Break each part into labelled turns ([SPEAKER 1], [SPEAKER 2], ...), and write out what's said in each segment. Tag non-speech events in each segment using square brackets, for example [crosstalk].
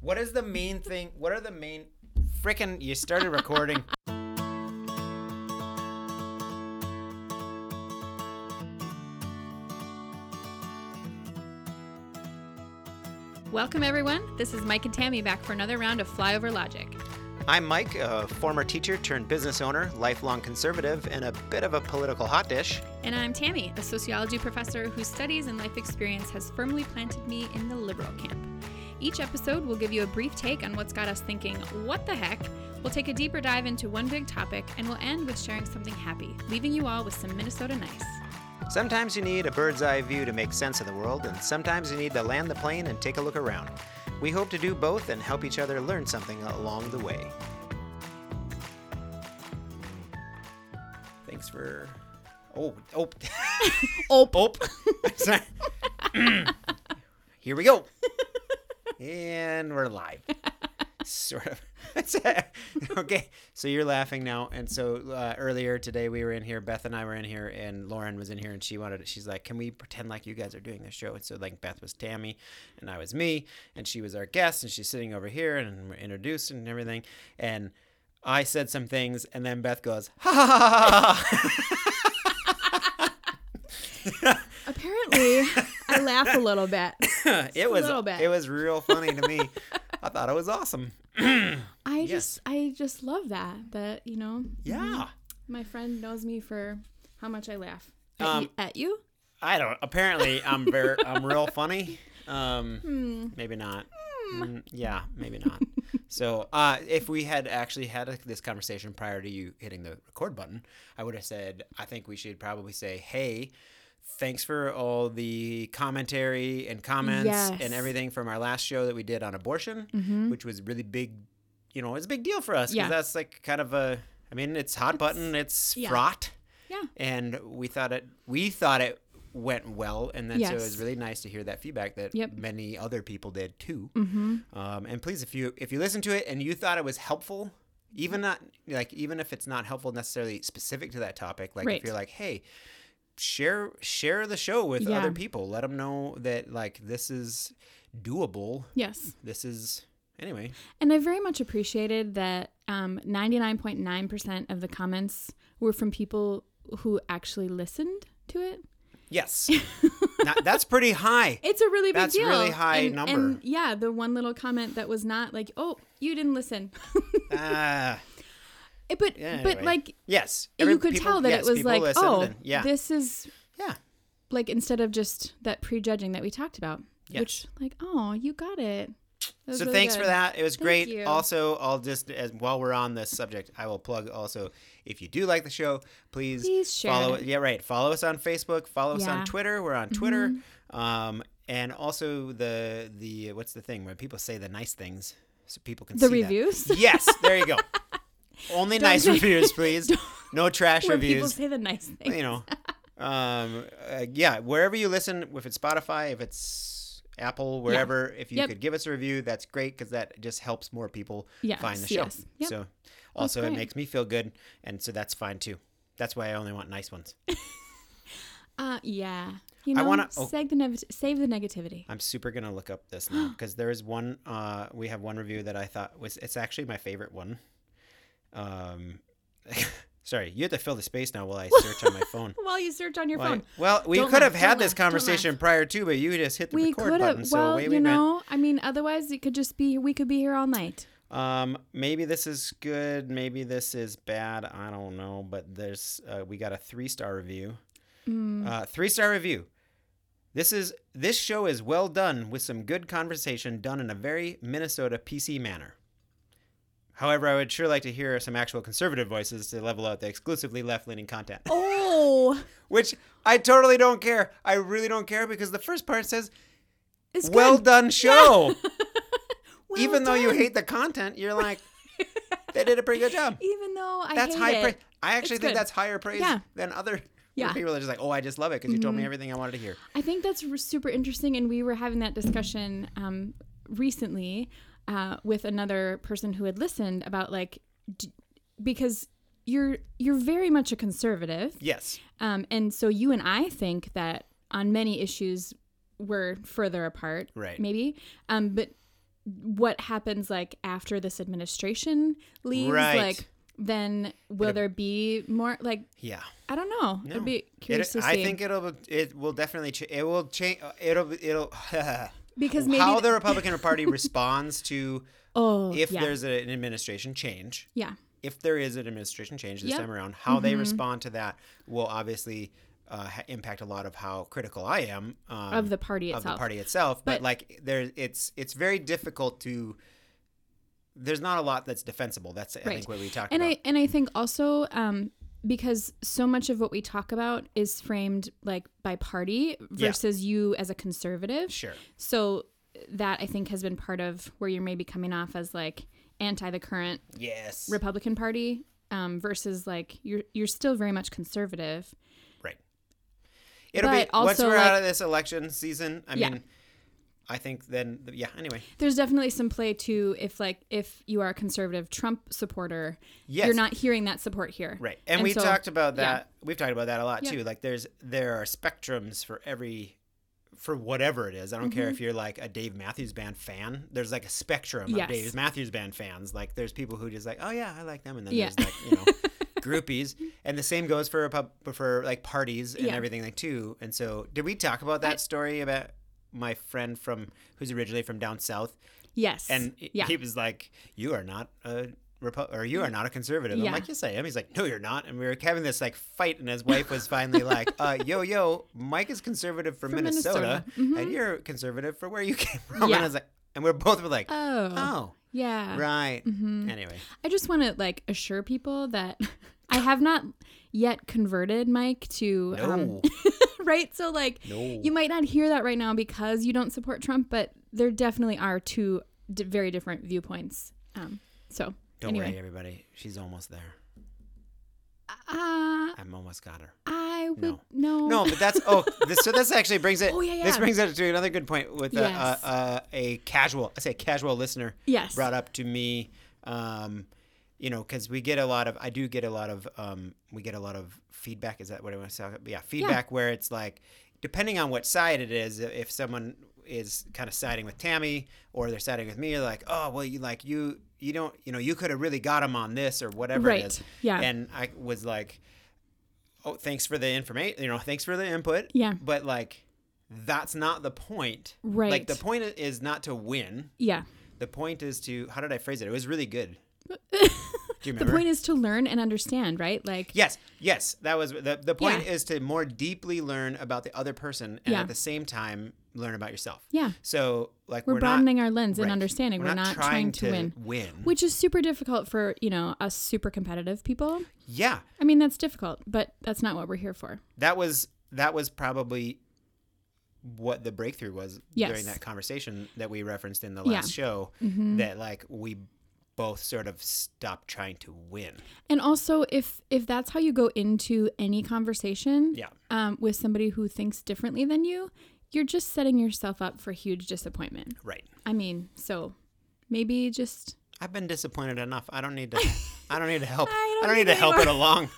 [SPEAKER 1] What is the main thing? What are the main freaking? You started recording.
[SPEAKER 2] Welcome, everyone. This is Mike and Tammy back for another round of Flyover Logic.
[SPEAKER 1] [laughs] I'm Mike, a former teacher turned business owner, lifelong conservative, and a bit of a political hot dish.
[SPEAKER 2] And I'm Tammy, a sociology professor whose studies and life experience has firmly planted me in the liberal camp. Each episode will give you a brief take on what's got us thinking, what the heck? We'll take a deeper dive into one big topic, and we'll end with sharing something happy, leaving you all with some Minnesota nice.
[SPEAKER 1] Sometimes you need a bird's eye view to make sense of the world, and sometimes you need to land the plane and take a look around. We hope to do both and help each other learn something along the way. Thanks for. Oh, oh. [laughs]
[SPEAKER 2] Oh,
[SPEAKER 1] Oh, [laughs] sorry. [clears throat] Here we go. And we're live. Sort of. [laughs] That's it. okay. So you're laughing now. And so uh, earlier today we were in here, Beth and I were in here, and Lauren was in here, and she wanted, she's like, can we pretend like you guys are doing this show? And so, like, Beth was Tammy, and I was me, and she was our guest, and she's sitting over here, and we're introduced and everything. And I said some things, and then Beth goes, ha ha ha ha ha.
[SPEAKER 3] [laughs] Apparently,
[SPEAKER 2] [laughs]
[SPEAKER 3] I laugh a little bit.
[SPEAKER 1] it
[SPEAKER 3] a
[SPEAKER 1] was
[SPEAKER 3] little bit.
[SPEAKER 1] it was real funny to me. I thought it was awesome. yeah.
[SPEAKER 3] I
[SPEAKER 1] Yes.
[SPEAKER 3] just I just love that that you know my friend knows me for how much I laugh at,
[SPEAKER 1] Um,
[SPEAKER 3] you, at you.
[SPEAKER 1] I don't apparently I'm very I'm real funny. Um maybe not.
[SPEAKER 3] Hmm.
[SPEAKER 1] Mm, yeah, maybe not. so, uh if we had actually had a, this conversation prior to you hitting the record button, I would have said I think we should probably say, "Hey, Thanks for all the commentary and comments
[SPEAKER 3] Yes.
[SPEAKER 1] and everything from our last show that we did on abortion.
[SPEAKER 3] Mm-hmm.
[SPEAKER 1] which was really big. You know, it's a big deal for us because
[SPEAKER 3] Yeah.
[SPEAKER 1] that's like kind of a. I mean, it's hot button. It's
[SPEAKER 3] yeah.
[SPEAKER 1] fraught.
[SPEAKER 3] Yeah.
[SPEAKER 1] And we thought it. We thought it went well, and then so it was
[SPEAKER 3] Yes.
[SPEAKER 1] really nice to hear that feedback that
[SPEAKER 3] Yep.
[SPEAKER 1] many other people did too.
[SPEAKER 3] Mm-hmm.
[SPEAKER 1] Um, and please, if you if you listen to it and you thought it was helpful, even not like even if it's not helpful necessarily specific to that topic, like
[SPEAKER 3] Right.
[SPEAKER 1] if you're like, hey, share share the show with
[SPEAKER 3] Yeah.
[SPEAKER 1] other people, let them know that like this is doable.
[SPEAKER 3] Yes,
[SPEAKER 1] This is anyway.
[SPEAKER 3] and I very much appreciated that um, 99.9% of the comments were from people who actually listened to it. [laughs]
[SPEAKER 1] Yes. now, that's pretty high.
[SPEAKER 3] It's a really big
[SPEAKER 1] That's
[SPEAKER 3] deal.
[SPEAKER 1] really high
[SPEAKER 3] and,
[SPEAKER 1] number.
[SPEAKER 3] And yeah, the one little comment that was not like, "Oh, you didn't listen,"
[SPEAKER 1] Ah,
[SPEAKER 3] It- but
[SPEAKER 1] Yeah,
[SPEAKER 3] but
[SPEAKER 1] anyway.
[SPEAKER 3] like
[SPEAKER 1] yes.
[SPEAKER 3] you could tell that it was like, "Oh,
[SPEAKER 1] yeah.
[SPEAKER 3] this is
[SPEAKER 1] yeah.
[SPEAKER 3] like instead of just that prejudging that we talked about.
[SPEAKER 1] Yes.
[SPEAKER 3] Which like, oh, you got it. That was
[SPEAKER 1] So
[SPEAKER 3] really
[SPEAKER 1] thanks for
[SPEAKER 3] good.
[SPEAKER 1] that. It was great.
[SPEAKER 3] you.
[SPEAKER 1] Also, I'll just as while we're on this subject, I will plug also if you do like the show, please,
[SPEAKER 3] Please share
[SPEAKER 1] follow
[SPEAKER 3] it.
[SPEAKER 1] Yeah, right. Follow us on Facebook. Follow us
[SPEAKER 3] Yeah. Mm-hmm.
[SPEAKER 1] on Twitter. We're on Twitter. Um, and also the the what's the thing when people say the nice things so people can
[SPEAKER 3] The
[SPEAKER 1] see that.
[SPEAKER 3] reviews? [laughs]
[SPEAKER 1] Yes, there you go. Only
[SPEAKER 3] Don't
[SPEAKER 1] nice
[SPEAKER 3] say-
[SPEAKER 1] reviews,
[SPEAKER 3] [laughs]
[SPEAKER 1] please. No trash
[SPEAKER 3] Where people
[SPEAKER 1] reviews.
[SPEAKER 3] say the nice thing.
[SPEAKER 1] you
[SPEAKER 3] [laughs]
[SPEAKER 1] know um uh, yeah wherever you listen if it's spotify if it's apple wherever if you
[SPEAKER 3] Yep.
[SPEAKER 1] could give us a review that's great because that just helps more people
[SPEAKER 3] Yes,
[SPEAKER 1] find the show
[SPEAKER 3] yes. Yep.
[SPEAKER 1] so also it
[SPEAKER 3] great.
[SPEAKER 1] makes me feel good and so that's fine too that's why i only want nice ones
[SPEAKER 3] Uh yeah. You know,
[SPEAKER 1] wanna- oh.
[SPEAKER 3] save the neg- save the negativity.
[SPEAKER 1] i'm super gonna look up this now
[SPEAKER 3] [gasps]
[SPEAKER 1] because there is one uh we have one review that i thought was it's actually my favorite one um [laughs] sorry you have to fill the space now while i search on my phone
[SPEAKER 3] While you search on your
[SPEAKER 1] Why-
[SPEAKER 3] phone.
[SPEAKER 1] Well, we
[SPEAKER 3] Don't
[SPEAKER 1] could
[SPEAKER 3] laugh,
[SPEAKER 1] have had
[SPEAKER 3] don't
[SPEAKER 1] this
[SPEAKER 3] laugh, don't laugh.
[SPEAKER 1] conversation prior to, but you just hit the
[SPEAKER 3] We
[SPEAKER 1] record
[SPEAKER 3] could
[SPEAKER 1] button.
[SPEAKER 3] have
[SPEAKER 1] So
[SPEAKER 3] well,
[SPEAKER 1] away
[SPEAKER 3] you
[SPEAKER 1] we went.
[SPEAKER 3] know, I mean otherwise it could just be we could be here all night.
[SPEAKER 1] Um, maybe this is good. Maybe this is bad. I don't know. But there's uh, we got a three star review.
[SPEAKER 3] Mm.
[SPEAKER 1] Uh, three star review. This is this show is well done with some good conversation done in a very Minnesota PC manner. However, I would sure like to hear some actual conservative voices to level out the exclusively left leaning content. [laughs]
[SPEAKER 3] Oh,
[SPEAKER 1] Which I totally don't care. I really don't care because the first part says
[SPEAKER 3] it's good.
[SPEAKER 1] well done show.
[SPEAKER 3] [laughs] Well
[SPEAKER 1] Even though you
[SPEAKER 3] done.
[SPEAKER 1] hate the content, you're like, they did a pretty good job.
[SPEAKER 3] Even though [laughs] I
[SPEAKER 1] That's
[SPEAKER 3] hate
[SPEAKER 1] high
[SPEAKER 3] it.
[SPEAKER 1] praise. I actually
[SPEAKER 3] It's
[SPEAKER 1] think
[SPEAKER 3] good.
[SPEAKER 1] that's higher praise
[SPEAKER 3] Yeah.
[SPEAKER 1] than other
[SPEAKER 3] [laughs] Yeah. Mm-hmm.
[SPEAKER 1] people are just like, oh, I just love it because you told me everything I wanted to hear.
[SPEAKER 3] I think that's r- super interesting, and we were having that discussion um, recently uh, with another person who had listened about like d- because you're you're very much a conservative,
[SPEAKER 1] Yes.
[SPEAKER 3] um, and so you and I think that on many issues we're further apart,
[SPEAKER 1] Right.
[SPEAKER 3] Maybe, um, but what happens like after this administration leaves
[SPEAKER 1] Right.
[SPEAKER 3] like then will there be more like
[SPEAKER 1] Yeah.
[SPEAKER 3] i don't know
[SPEAKER 1] No.
[SPEAKER 3] i'd be
[SPEAKER 1] It,
[SPEAKER 3] curious to see
[SPEAKER 1] I think it'll it will definitely ch- it will change it'll it'll [laughs]
[SPEAKER 3] because maybe
[SPEAKER 1] how the Republican Party responds to
[SPEAKER 3] [laughs] oh
[SPEAKER 1] if
[SPEAKER 3] yeah
[SPEAKER 1] there's a- an administration change
[SPEAKER 3] yeah
[SPEAKER 1] if there is an administration change this
[SPEAKER 3] Yep.
[SPEAKER 1] time around, how
[SPEAKER 3] Mm-hmm.
[SPEAKER 1] they respond to that will obviously uh, ha- impact a lot of how critical I am um,
[SPEAKER 3] of the party
[SPEAKER 1] of
[SPEAKER 3] itself
[SPEAKER 1] the party itself. But,
[SPEAKER 3] But-
[SPEAKER 1] like there, it's it's very difficult to. There's not a lot that's defensible. That's I
[SPEAKER 3] Right.
[SPEAKER 1] think what we talked
[SPEAKER 3] and
[SPEAKER 1] about.
[SPEAKER 3] i and i think also um because so much of what we talk about is framed like by party versus you as a conservative
[SPEAKER 1] sure.
[SPEAKER 3] so that i think has been part of where you're maybe coming off as like anti the current
[SPEAKER 1] Yes.
[SPEAKER 3] Republican Party um, versus like you're you're still very much conservative.
[SPEAKER 1] right. It'll be
[SPEAKER 3] But
[SPEAKER 1] once
[SPEAKER 3] also,
[SPEAKER 1] we're out
[SPEAKER 3] like-
[SPEAKER 1] of this election season. I
[SPEAKER 3] Yeah.
[SPEAKER 1] mean, I think then yeah. Anyway,
[SPEAKER 3] There's definitely some play to if like if you are a conservative Trump supporter,
[SPEAKER 1] Yes.
[SPEAKER 3] you're not hearing that support here.
[SPEAKER 1] Right. And,
[SPEAKER 3] And
[SPEAKER 1] we
[SPEAKER 3] so-
[SPEAKER 1] talked about
[SPEAKER 3] yeah.
[SPEAKER 1] that. We've talked about that a lot
[SPEAKER 3] Yep.
[SPEAKER 1] too. Like there's there are spectrums for every for whatever it is. I don't
[SPEAKER 3] Mm-hmm.
[SPEAKER 1] care if you're like a Dave Matthews band fan. There's like a spectrum
[SPEAKER 3] Yes.
[SPEAKER 1] of Dave Matthews band fans. Like there's people who just like, "Oh yeah, I like them." And then
[SPEAKER 3] Yeah.
[SPEAKER 1] there's like,
[SPEAKER 3] [laughs]
[SPEAKER 1] you know, groupies. And the same goes for a pub, for like parties and
[SPEAKER 3] Yeah.
[SPEAKER 1] everything like too. And so, did we talk about that story about my friend from who's originally from down south
[SPEAKER 3] Yes.
[SPEAKER 1] and he-
[SPEAKER 3] yeah. Mm.
[SPEAKER 1] he was like, "You are not a Repo- or you are not a conservative." I'm
[SPEAKER 3] Yeah.
[SPEAKER 1] like, "Yes, I am." He's like, "No, you're not." And we were having this like fight, and his wife was finally
[SPEAKER 3] [laughs]
[SPEAKER 1] like, uh, "Yo, yo, Mike is conservative from,
[SPEAKER 3] From
[SPEAKER 1] Minnesota,
[SPEAKER 3] Minnesota. Mm-hmm.
[SPEAKER 1] and you're conservative for where you came [laughs] from."
[SPEAKER 3] Yeah.
[SPEAKER 1] And I was like, and we're both were like, "Oh,
[SPEAKER 3] oh, yeah.
[SPEAKER 1] right."
[SPEAKER 3] mm-hmm.
[SPEAKER 1] Anyway,
[SPEAKER 3] I just want to like assure people that [laughs] I have not yet converted Mike to um,
[SPEAKER 1] no,
[SPEAKER 3] right. So like
[SPEAKER 1] no,
[SPEAKER 3] you might not hear that right now because you don't support Trump, but there definitely are two d- very different viewpoints. Um, so
[SPEAKER 1] don't
[SPEAKER 3] anyway.
[SPEAKER 1] worry, everybody. She's almost there.
[SPEAKER 3] Uh,
[SPEAKER 1] I'm almost got her.
[SPEAKER 3] I would
[SPEAKER 1] No.
[SPEAKER 3] no. no.
[SPEAKER 1] No, but that's oh, this, so this actually brings it.
[SPEAKER 3] Oh, yeah,
[SPEAKER 1] This
[SPEAKER 3] yeah.
[SPEAKER 1] brings it to another good point with uh
[SPEAKER 3] Yes.
[SPEAKER 1] uh, uh, a casual. I say casual listener.
[SPEAKER 3] [laughs] Yes.
[SPEAKER 1] Brought up to me, um, you know, because we get a lot of. I do get a lot of. Um, we get a lot of feedback. Is that what I want to talk about? Yeah, feedback where it's like, depending on what side it is, if someone is kind of siding with Tammy or they're siding with me, you're like, oh well, you like you you don't you know you could have really got him on this or whatever it
[SPEAKER 3] Right.
[SPEAKER 1] is.
[SPEAKER 3] Yeah.
[SPEAKER 1] And I was like oh thanks for the information you know thanks for the input
[SPEAKER 3] Yeah.
[SPEAKER 1] but like that's not the point like
[SPEAKER 3] Right.
[SPEAKER 1] the point is not to win
[SPEAKER 3] Yeah.
[SPEAKER 1] the point is to how did i phrase it it was really
[SPEAKER 3] [laughs]
[SPEAKER 1] good do you
[SPEAKER 3] The
[SPEAKER 1] remember
[SPEAKER 3] point is to learn and understand, right? Like,
[SPEAKER 1] yes yes that was the, the point
[SPEAKER 3] Yeah.
[SPEAKER 1] is to more deeply learn about the other person and
[SPEAKER 3] Yeah.
[SPEAKER 1] at the same time learn about yourself
[SPEAKER 3] Yeah.
[SPEAKER 1] so like
[SPEAKER 3] we're,
[SPEAKER 1] we're,
[SPEAKER 3] broadening
[SPEAKER 1] not,
[SPEAKER 3] our lens and
[SPEAKER 1] right.
[SPEAKER 3] understanding. We're, not, trying, to, win,
[SPEAKER 1] win
[SPEAKER 3] which is super difficult for, you know, us super competitive people.
[SPEAKER 1] yeah
[SPEAKER 3] I mean, that's difficult, but that's not what we're here for.
[SPEAKER 1] that was that was probably what the breakthrough was
[SPEAKER 3] Yes.
[SPEAKER 1] during that conversation that we referenced in the
[SPEAKER 3] Yeah. Mm-hmm.
[SPEAKER 1] last show that like we both sort of stopped trying to win
[SPEAKER 3] And also, if if that's how you go into any conversation
[SPEAKER 1] yeah
[SPEAKER 3] um, with somebody who thinks differently than you, you're just setting yourself up for huge disappointment.
[SPEAKER 1] right
[SPEAKER 3] I mean, so maybe just
[SPEAKER 1] i've been disappointed enough i don't need
[SPEAKER 3] [laughs]
[SPEAKER 1] to i don't need to help i
[SPEAKER 3] I
[SPEAKER 1] don't,
[SPEAKER 3] don't
[SPEAKER 1] need
[SPEAKER 3] need
[SPEAKER 1] to help it
[SPEAKER 3] [laughs]
[SPEAKER 1] along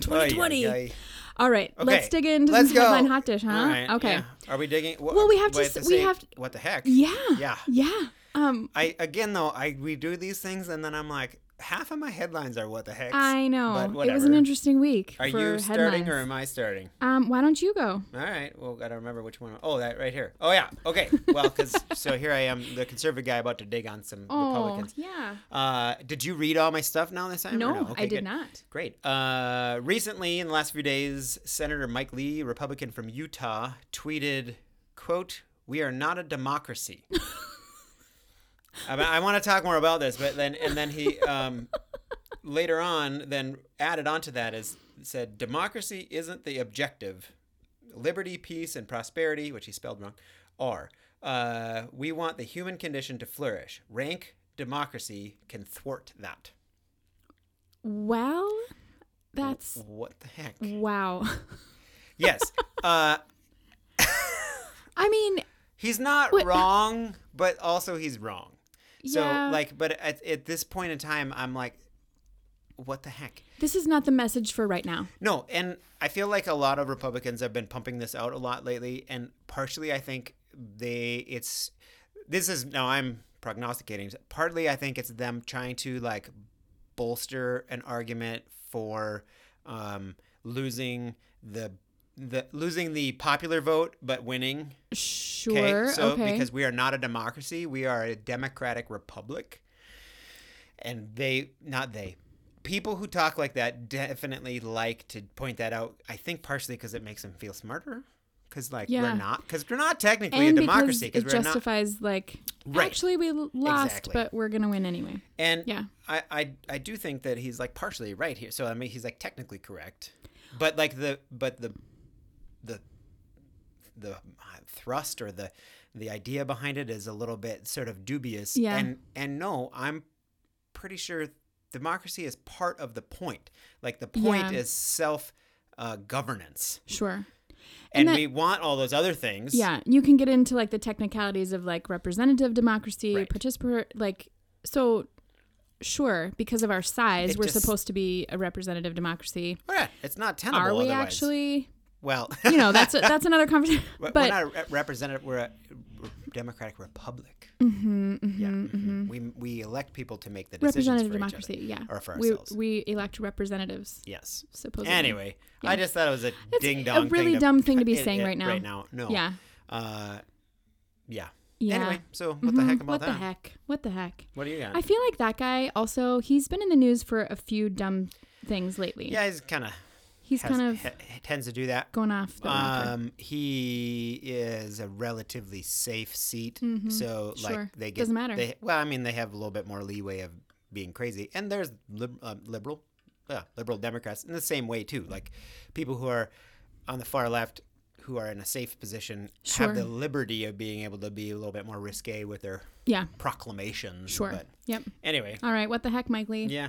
[SPEAKER 3] 2020.
[SPEAKER 1] Oy, oy, oy.
[SPEAKER 3] All right, let's
[SPEAKER 1] Okay,
[SPEAKER 3] dig into
[SPEAKER 1] let's
[SPEAKER 3] some
[SPEAKER 1] go.
[SPEAKER 3] headline hot dish, huh?
[SPEAKER 1] All right,
[SPEAKER 3] okay.
[SPEAKER 1] yeah. are we digging wha-
[SPEAKER 3] Well, we have to
[SPEAKER 1] wait,
[SPEAKER 3] s- we have to-
[SPEAKER 1] what the heck
[SPEAKER 3] Yeah.
[SPEAKER 1] yeah
[SPEAKER 3] Yeah. Um,
[SPEAKER 1] i again though i we do these things and then i'm like half of my headlines are what the heck
[SPEAKER 3] I
[SPEAKER 1] but
[SPEAKER 3] know it was an
[SPEAKER 1] whatever.
[SPEAKER 3] interesting week
[SPEAKER 1] are
[SPEAKER 3] for
[SPEAKER 1] you starting
[SPEAKER 3] headlines.
[SPEAKER 1] or am i starting
[SPEAKER 3] um, why don't you go?
[SPEAKER 1] All right. Well, gotta remember which one. Oh, that right here. Oh yeah. Okay. Well, because
[SPEAKER 3] [laughs]
[SPEAKER 1] so here I am, the conservative guy, about to dig on some
[SPEAKER 3] Oh.
[SPEAKER 1] Republicans.
[SPEAKER 3] yeah.
[SPEAKER 1] Uh, did you read all my stuff now this time? or
[SPEAKER 3] No,
[SPEAKER 1] Okay,
[SPEAKER 3] I did
[SPEAKER 1] good.
[SPEAKER 3] not.
[SPEAKER 1] Great. Uh, recently, in the last few days, Senator Mike Lee, Republican from Utah, tweeted, "quote We are not a democracy." I, mean, I want to talk more about this, but then and then he um, later on then added onto that is said democracy isn't the objective. Liberty, peace, and prosperity, which he spelled wrong, are. Uh, we want the human condition to flourish. Rank democracy can thwart that.
[SPEAKER 3] Well, that's
[SPEAKER 1] What the heck?
[SPEAKER 3] wow. [laughs]
[SPEAKER 1] Yes. Uh,
[SPEAKER 3] I mean,
[SPEAKER 1] he's not
[SPEAKER 3] Wait.
[SPEAKER 1] wrong, but also he's wrong. So
[SPEAKER 3] Yeah.
[SPEAKER 1] like, but at, at this point in time, I'm like, what the heck?
[SPEAKER 3] this is not the message for right now.
[SPEAKER 1] No, and I feel like a lot of Republicans have been pumping this out a lot lately, and partially I think they it's this is now I'm prognosticating. Partly, I think it's them trying to like bolster an argument for um, losing the the losing the popular vote but winning.
[SPEAKER 3] Sure. Okay.
[SPEAKER 1] so because we are not a democracy, we are a democratic republic, and they not they. People who talk like that definitely like to point that out. I think partially because it makes them feel smarter, because like
[SPEAKER 3] Yeah.
[SPEAKER 1] we're not, because we're not technically
[SPEAKER 3] and
[SPEAKER 1] a democracy,
[SPEAKER 3] because
[SPEAKER 1] because
[SPEAKER 3] it
[SPEAKER 1] we're not.
[SPEAKER 3] justifies like
[SPEAKER 1] Right.
[SPEAKER 3] actually we l- lost,
[SPEAKER 1] Exactly.
[SPEAKER 3] but we're gonna win anyway.
[SPEAKER 1] And
[SPEAKER 3] Yeah.
[SPEAKER 1] I, I I do think that he's like partially right here. So I mean he's like technically correct. But like the but the the the uh, thrust or the the idea behind it is a little bit sort of dubious.
[SPEAKER 3] Yeah.
[SPEAKER 1] And and no, I'm pretty sure democracy is part of the point. Like the point
[SPEAKER 3] Yeah.
[SPEAKER 1] is self uh, governance.
[SPEAKER 3] Sure.
[SPEAKER 1] And,
[SPEAKER 3] And that-
[SPEAKER 1] we want all those other things.
[SPEAKER 3] Yeah, you can get into like the technicalities of like representative democracy,
[SPEAKER 1] Right.
[SPEAKER 3] participatory, like so. Sure, because of our size,
[SPEAKER 1] It
[SPEAKER 3] we're
[SPEAKER 1] just-
[SPEAKER 3] supposed to be a representative democracy.
[SPEAKER 1] Yeah, it's not tenable
[SPEAKER 3] Are we
[SPEAKER 1] otherwise.
[SPEAKER 3] actually?
[SPEAKER 1] Well, [laughs]
[SPEAKER 3] You know, that's a, that's another conversation.
[SPEAKER 1] But,
[SPEAKER 3] But
[SPEAKER 1] we're not a re- representative. We're a democratic republic. yeah, mhm. we we elect people to make the decisions
[SPEAKER 3] Mm-hmm, representative
[SPEAKER 1] for each other.
[SPEAKER 3] democracy, yeah.
[SPEAKER 1] or for
[SPEAKER 3] we
[SPEAKER 1] ourselves.
[SPEAKER 3] we elect representatives,
[SPEAKER 1] Yes.
[SPEAKER 3] supposedly.
[SPEAKER 1] Anyway, I
[SPEAKER 3] Yeah.
[SPEAKER 1] just thought it was a
[SPEAKER 3] It's
[SPEAKER 1] ding
[SPEAKER 3] a
[SPEAKER 1] dong.
[SPEAKER 3] really
[SPEAKER 1] thing
[SPEAKER 3] dumb thing to be
[SPEAKER 1] it-
[SPEAKER 3] saying
[SPEAKER 1] it-
[SPEAKER 3] right now.
[SPEAKER 1] Right now, no.
[SPEAKER 3] Yeah.
[SPEAKER 1] Uh, yeah.
[SPEAKER 3] Yeah.
[SPEAKER 1] Anyway, so what the heck
[SPEAKER 3] Mhm.
[SPEAKER 1] about
[SPEAKER 3] what
[SPEAKER 1] that?
[SPEAKER 3] the heck? What the heck?
[SPEAKER 1] What do you got?
[SPEAKER 3] I feel like that guy also he's been in the news for a few dumb things lately.
[SPEAKER 1] yeah, he's kind of
[SPEAKER 3] He's kind of
[SPEAKER 1] tends to do that.
[SPEAKER 3] going off the rocker.
[SPEAKER 1] Um, he is a relatively safe seat, so like
[SPEAKER 3] Mm-hmm. Sure.
[SPEAKER 1] they get
[SPEAKER 3] Doesn't matter.
[SPEAKER 1] They, well, I mean, they have a little bit more leeway of being crazy, and there's lib- uh, liberal, yeah, liberal Democrats in the same way too. Like people who are on the far left who are in a safe position
[SPEAKER 3] Sure.
[SPEAKER 1] have the liberty of being able to be a little bit more risque with their
[SPEAKER 3] Yeah,
[SPEAKER 1] proclamations.
[SPEAKER 3] sure.
[SPEAKER 1] But
[SPEAKER 3] Yep.
[SPEAKER 1] anyway,
[SPEAKER 3] All right, what the heck, Mike Lee?
[SPEAKER 1] yeah,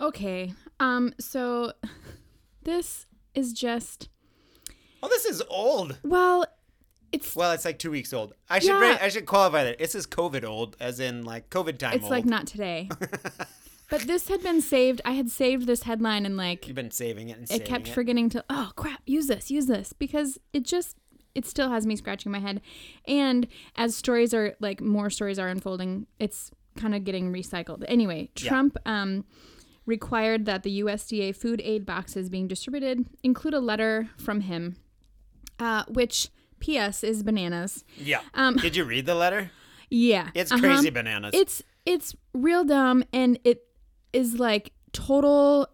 [SPEAKER 3] Okay. Um so [laughs] this is just
[SPEAKER 1] Oh, this is old.
[SPEAKER 3] well, it's
[SPEAKER 1] Well, it's like two weeks old. I should
[SPEAKER 3] Yeah.
[SPEAKER 1] I should qualify that. This is COVID old, as in like COVID time.
[SPEAKER 3] it's
[SPEAKER 1] old.
[SPEAKER 3] like
[SPEAKER 1] [laughs]
[SPEAKER 3] not today. but this had been saved. I had saved this headline and like
[SPEAKER 1] You've been saving it and
[SPEAKER 3] it
[SPEAKER 1] saving
[SPEAKER 3] kept
[SPEAKER 1] it.
[SPEAKER 3] forgetting to oh crap, use this, use this because it just it still has me scratching my head. And as stories are like more stories are unfolding, it's kind of getting recycled. Anyway,
[SPEAKER 1] Yeah.
[SPEAKER 3] Trump um required that the USDA food aid boxes being distributed include a letter from him, uh, which P.S. is bananas.
[SPEAKER 1] yeah.
[SPEAKER 3] Um,
[SPEAKER 1] Did you read the letter?
[SPEAKER 3] yeah,
[SPEAKER 1] It's
[SPEAKER 3] uh-huh.
[SPEAKER 1] crazy bananas.
[SPEAKER 3] It's it's real dumb, and it is like total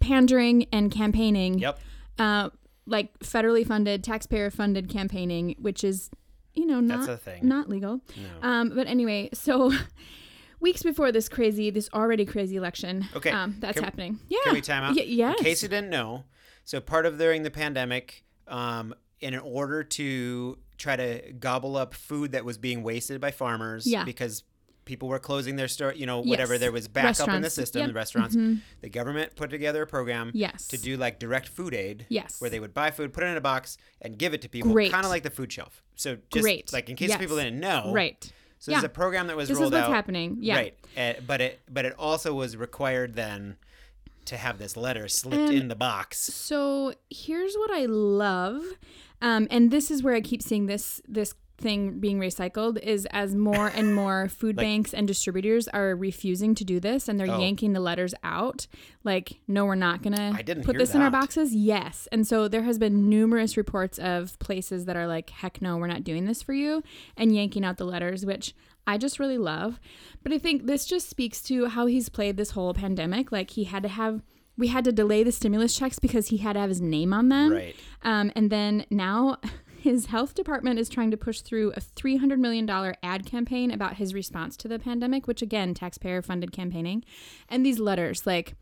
[SPEAKER 3] pandering and campaigning.
[SPEAKER 1] yep.
[SPEAKER 3] Uh, like federally funded, taxpayer funded campaigning, which is, you know, not
[SPEAKER 1] That's a thing.
[SPEAKER 3] not legal. Um, but anyway, so [laughs] weeks before this crazy, this already crazy election,
[SPEAKER 1] Okay.
[SPEAKER 3] um, that's
[SPEAKER 1] Can-
[SPEAKER 3] happening. Yeah.
[SPEAKER 1] Can we time out?
[SPEAKER 3] Y- yes.
[SPEAKER 1] In case you didn't know, so part of during the pandemic, um, in order to try to gobble up food that was being wasted by farmers,
[SPEAKER 3] Yeah.
[SPEAKER 1] because people were closing their store, you know, whatever
[SPEAKER 3] Yes.
[SPEAKER 1] there was backup in the
[SPEAKER 3] Restaurants.
[SPEAKER 1] system,
[SPEAKER 3] Yep. Mm-hmm.
[SPEAKER 1] the restaurants, the government put together a program
[SPEAKER 3] Yes.
[SPEAKER 1] to do like direct food aid,
[SPEAKER 3] Yes.
[SPEAKER 1] where they would buy food, put it in a box, and give it to people,
[SPEAKER 3] Great.
[SPEAKER 1] kind of like the food shelf. So just
[SPEAKER 3] Great.
[SPEAKER 1] like in case
[SPEAKER 3] Yes.
[SPEAKER 1] people didn't know,
[SPEAKER 3] right.
[SPEAKER 1] So there's
[SPEAKER 3] Yeah.
[SPEAKER 1] a program that was
[SPEAKER 3] This is
[SPEAKER 1] rolled
[SPEAKER 3] what's
[SPEAKER 1] out.
[SPEAKER 3] happening. Yeah.
[SPEAKER 1] Right. Uh, but it but it also was required then to have this letter slipped
[SPEAKER 3] And-
[SPEAKER 1] in the box.
[SPEAKER 3] So here's what I love, um, and this is where I keep seeing this this thing being recycled is as more
[SPEAKER 1] [laughs]
[SPEAKER 3] and more food banks and distributors are refusing to do this and they're
[SPEAKER 1] Oh.
[SPEAKER 3] yanking the letters out like no we're not gonna
[SPEAKER 1] I didn't
[SPEAKER 3] put
[SPEAKER 1] hear
[SPEAKER 3] this in our
[SPEAKER 1] that.
[SPEAKER 3] boxes yes and so there has been numerous reports of places that are like heck no we're not doing this for you and yanking out the letters which I just really love but I think this just speaks to how he's played this whole pandemic like he had to have we had to delay the stimulus checks because he had to have his name on them
[SPEAKER 1] Right.
[SPEAKER 3] um, and then now [laughs] his health department is trying to push through a $300 million ad campaign about his response to the pandemic, which again, taxpayer funded campaigning. And these letters, like,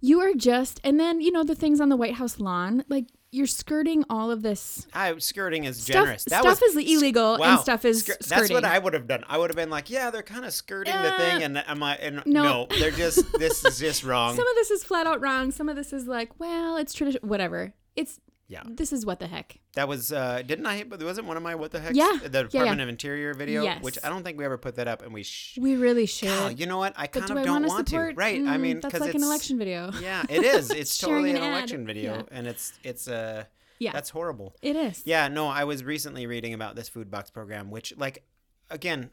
[SPEAKER 3] you are just, and then, you know, the things on the White House lawn, like, you're skirting all of this.
[SPEAKER 1] I, skirting is
[SPEAKER 3] Stuff-
[SPEAKER 1] generous. That
[SPEAKER 3] stuff
[SPEAKER 1] was,
[SPEAKER 3] is illegal and
[SPEAKER 1] wow.
[SPEAKER 3] stuff is
[SPEAKER 1] That's what
[SPEAKER 3] skirting.
[SPEAKER 1] I would have done. I would have been like, yeah, they're kind of skirting the thing, and I'm like, and no.
[SPEAKER 3] no.
[SPEAKER 1] they're
[SPEAKER 3] [laughs]
[SPEAKER 1] just this is just wrong.
[SPEAKER 3] Some of this is flat out wrong. Some of this is like, well, it's tradition, whatever. It's,
[SPEAKER 1] Yeah.
[SPEAKER 3] this is what the heck.
[SPEAKER 1] That was uh didn't I? But wasn't one of my what the heck?
[SPEAKER 3] Yeah.
[SPEAKER 1] The
[SPEAKER 3] Yeah,
[SPEAKER 1] Department
[SPEAKER 3] yeah.
[SPEAKER 1] of Interior video,
[SPEAKER 3] Yes.
[SPEAKER 1] which I don't think we ever put that up, and we. Sh-
[SPEAKER 3] We really
[SPEAKER 1] oh,
[SPEAKER 3] should.
[SPEAKER 1] you know what? I kind
[SPEAKER 3] but do
[SPEAKER 1] of
[SPEAKER 3] I
[SPEAKER 1] don't
[SPEAKER 3] want to
[SPEAKER 1] want to.
[SPEAKER 3] support?
[SPEAKER 1] Right. I
[SPEAKER 3] Mm,
[SPEAKER 1] mean,
[SPEAKER 3] that's
[SPEAKER 1] because
[SPEAKER 3] like
[SPEAKER 1] it's
[SPEAKER 3] an election video.
[SPEAKER 1] [laughs] Yeah, it is. It's
[SPEAKER 3] [laughs] Sharing
[SPEAKER 1] totally an,
[SPEAKER 3] an ad.
[SPEAKER 1] election video,
[SPEAKER 3] Yeah.
[SPEAKER 1] and it's it's uh
[SPEAKER 3] Yeah.
[SPEAKER 1] that's horrible.
[SPEAKER 3] It is.
[SPEAKER 1] Yeah, no, I was recently reading about this food box program, which like again,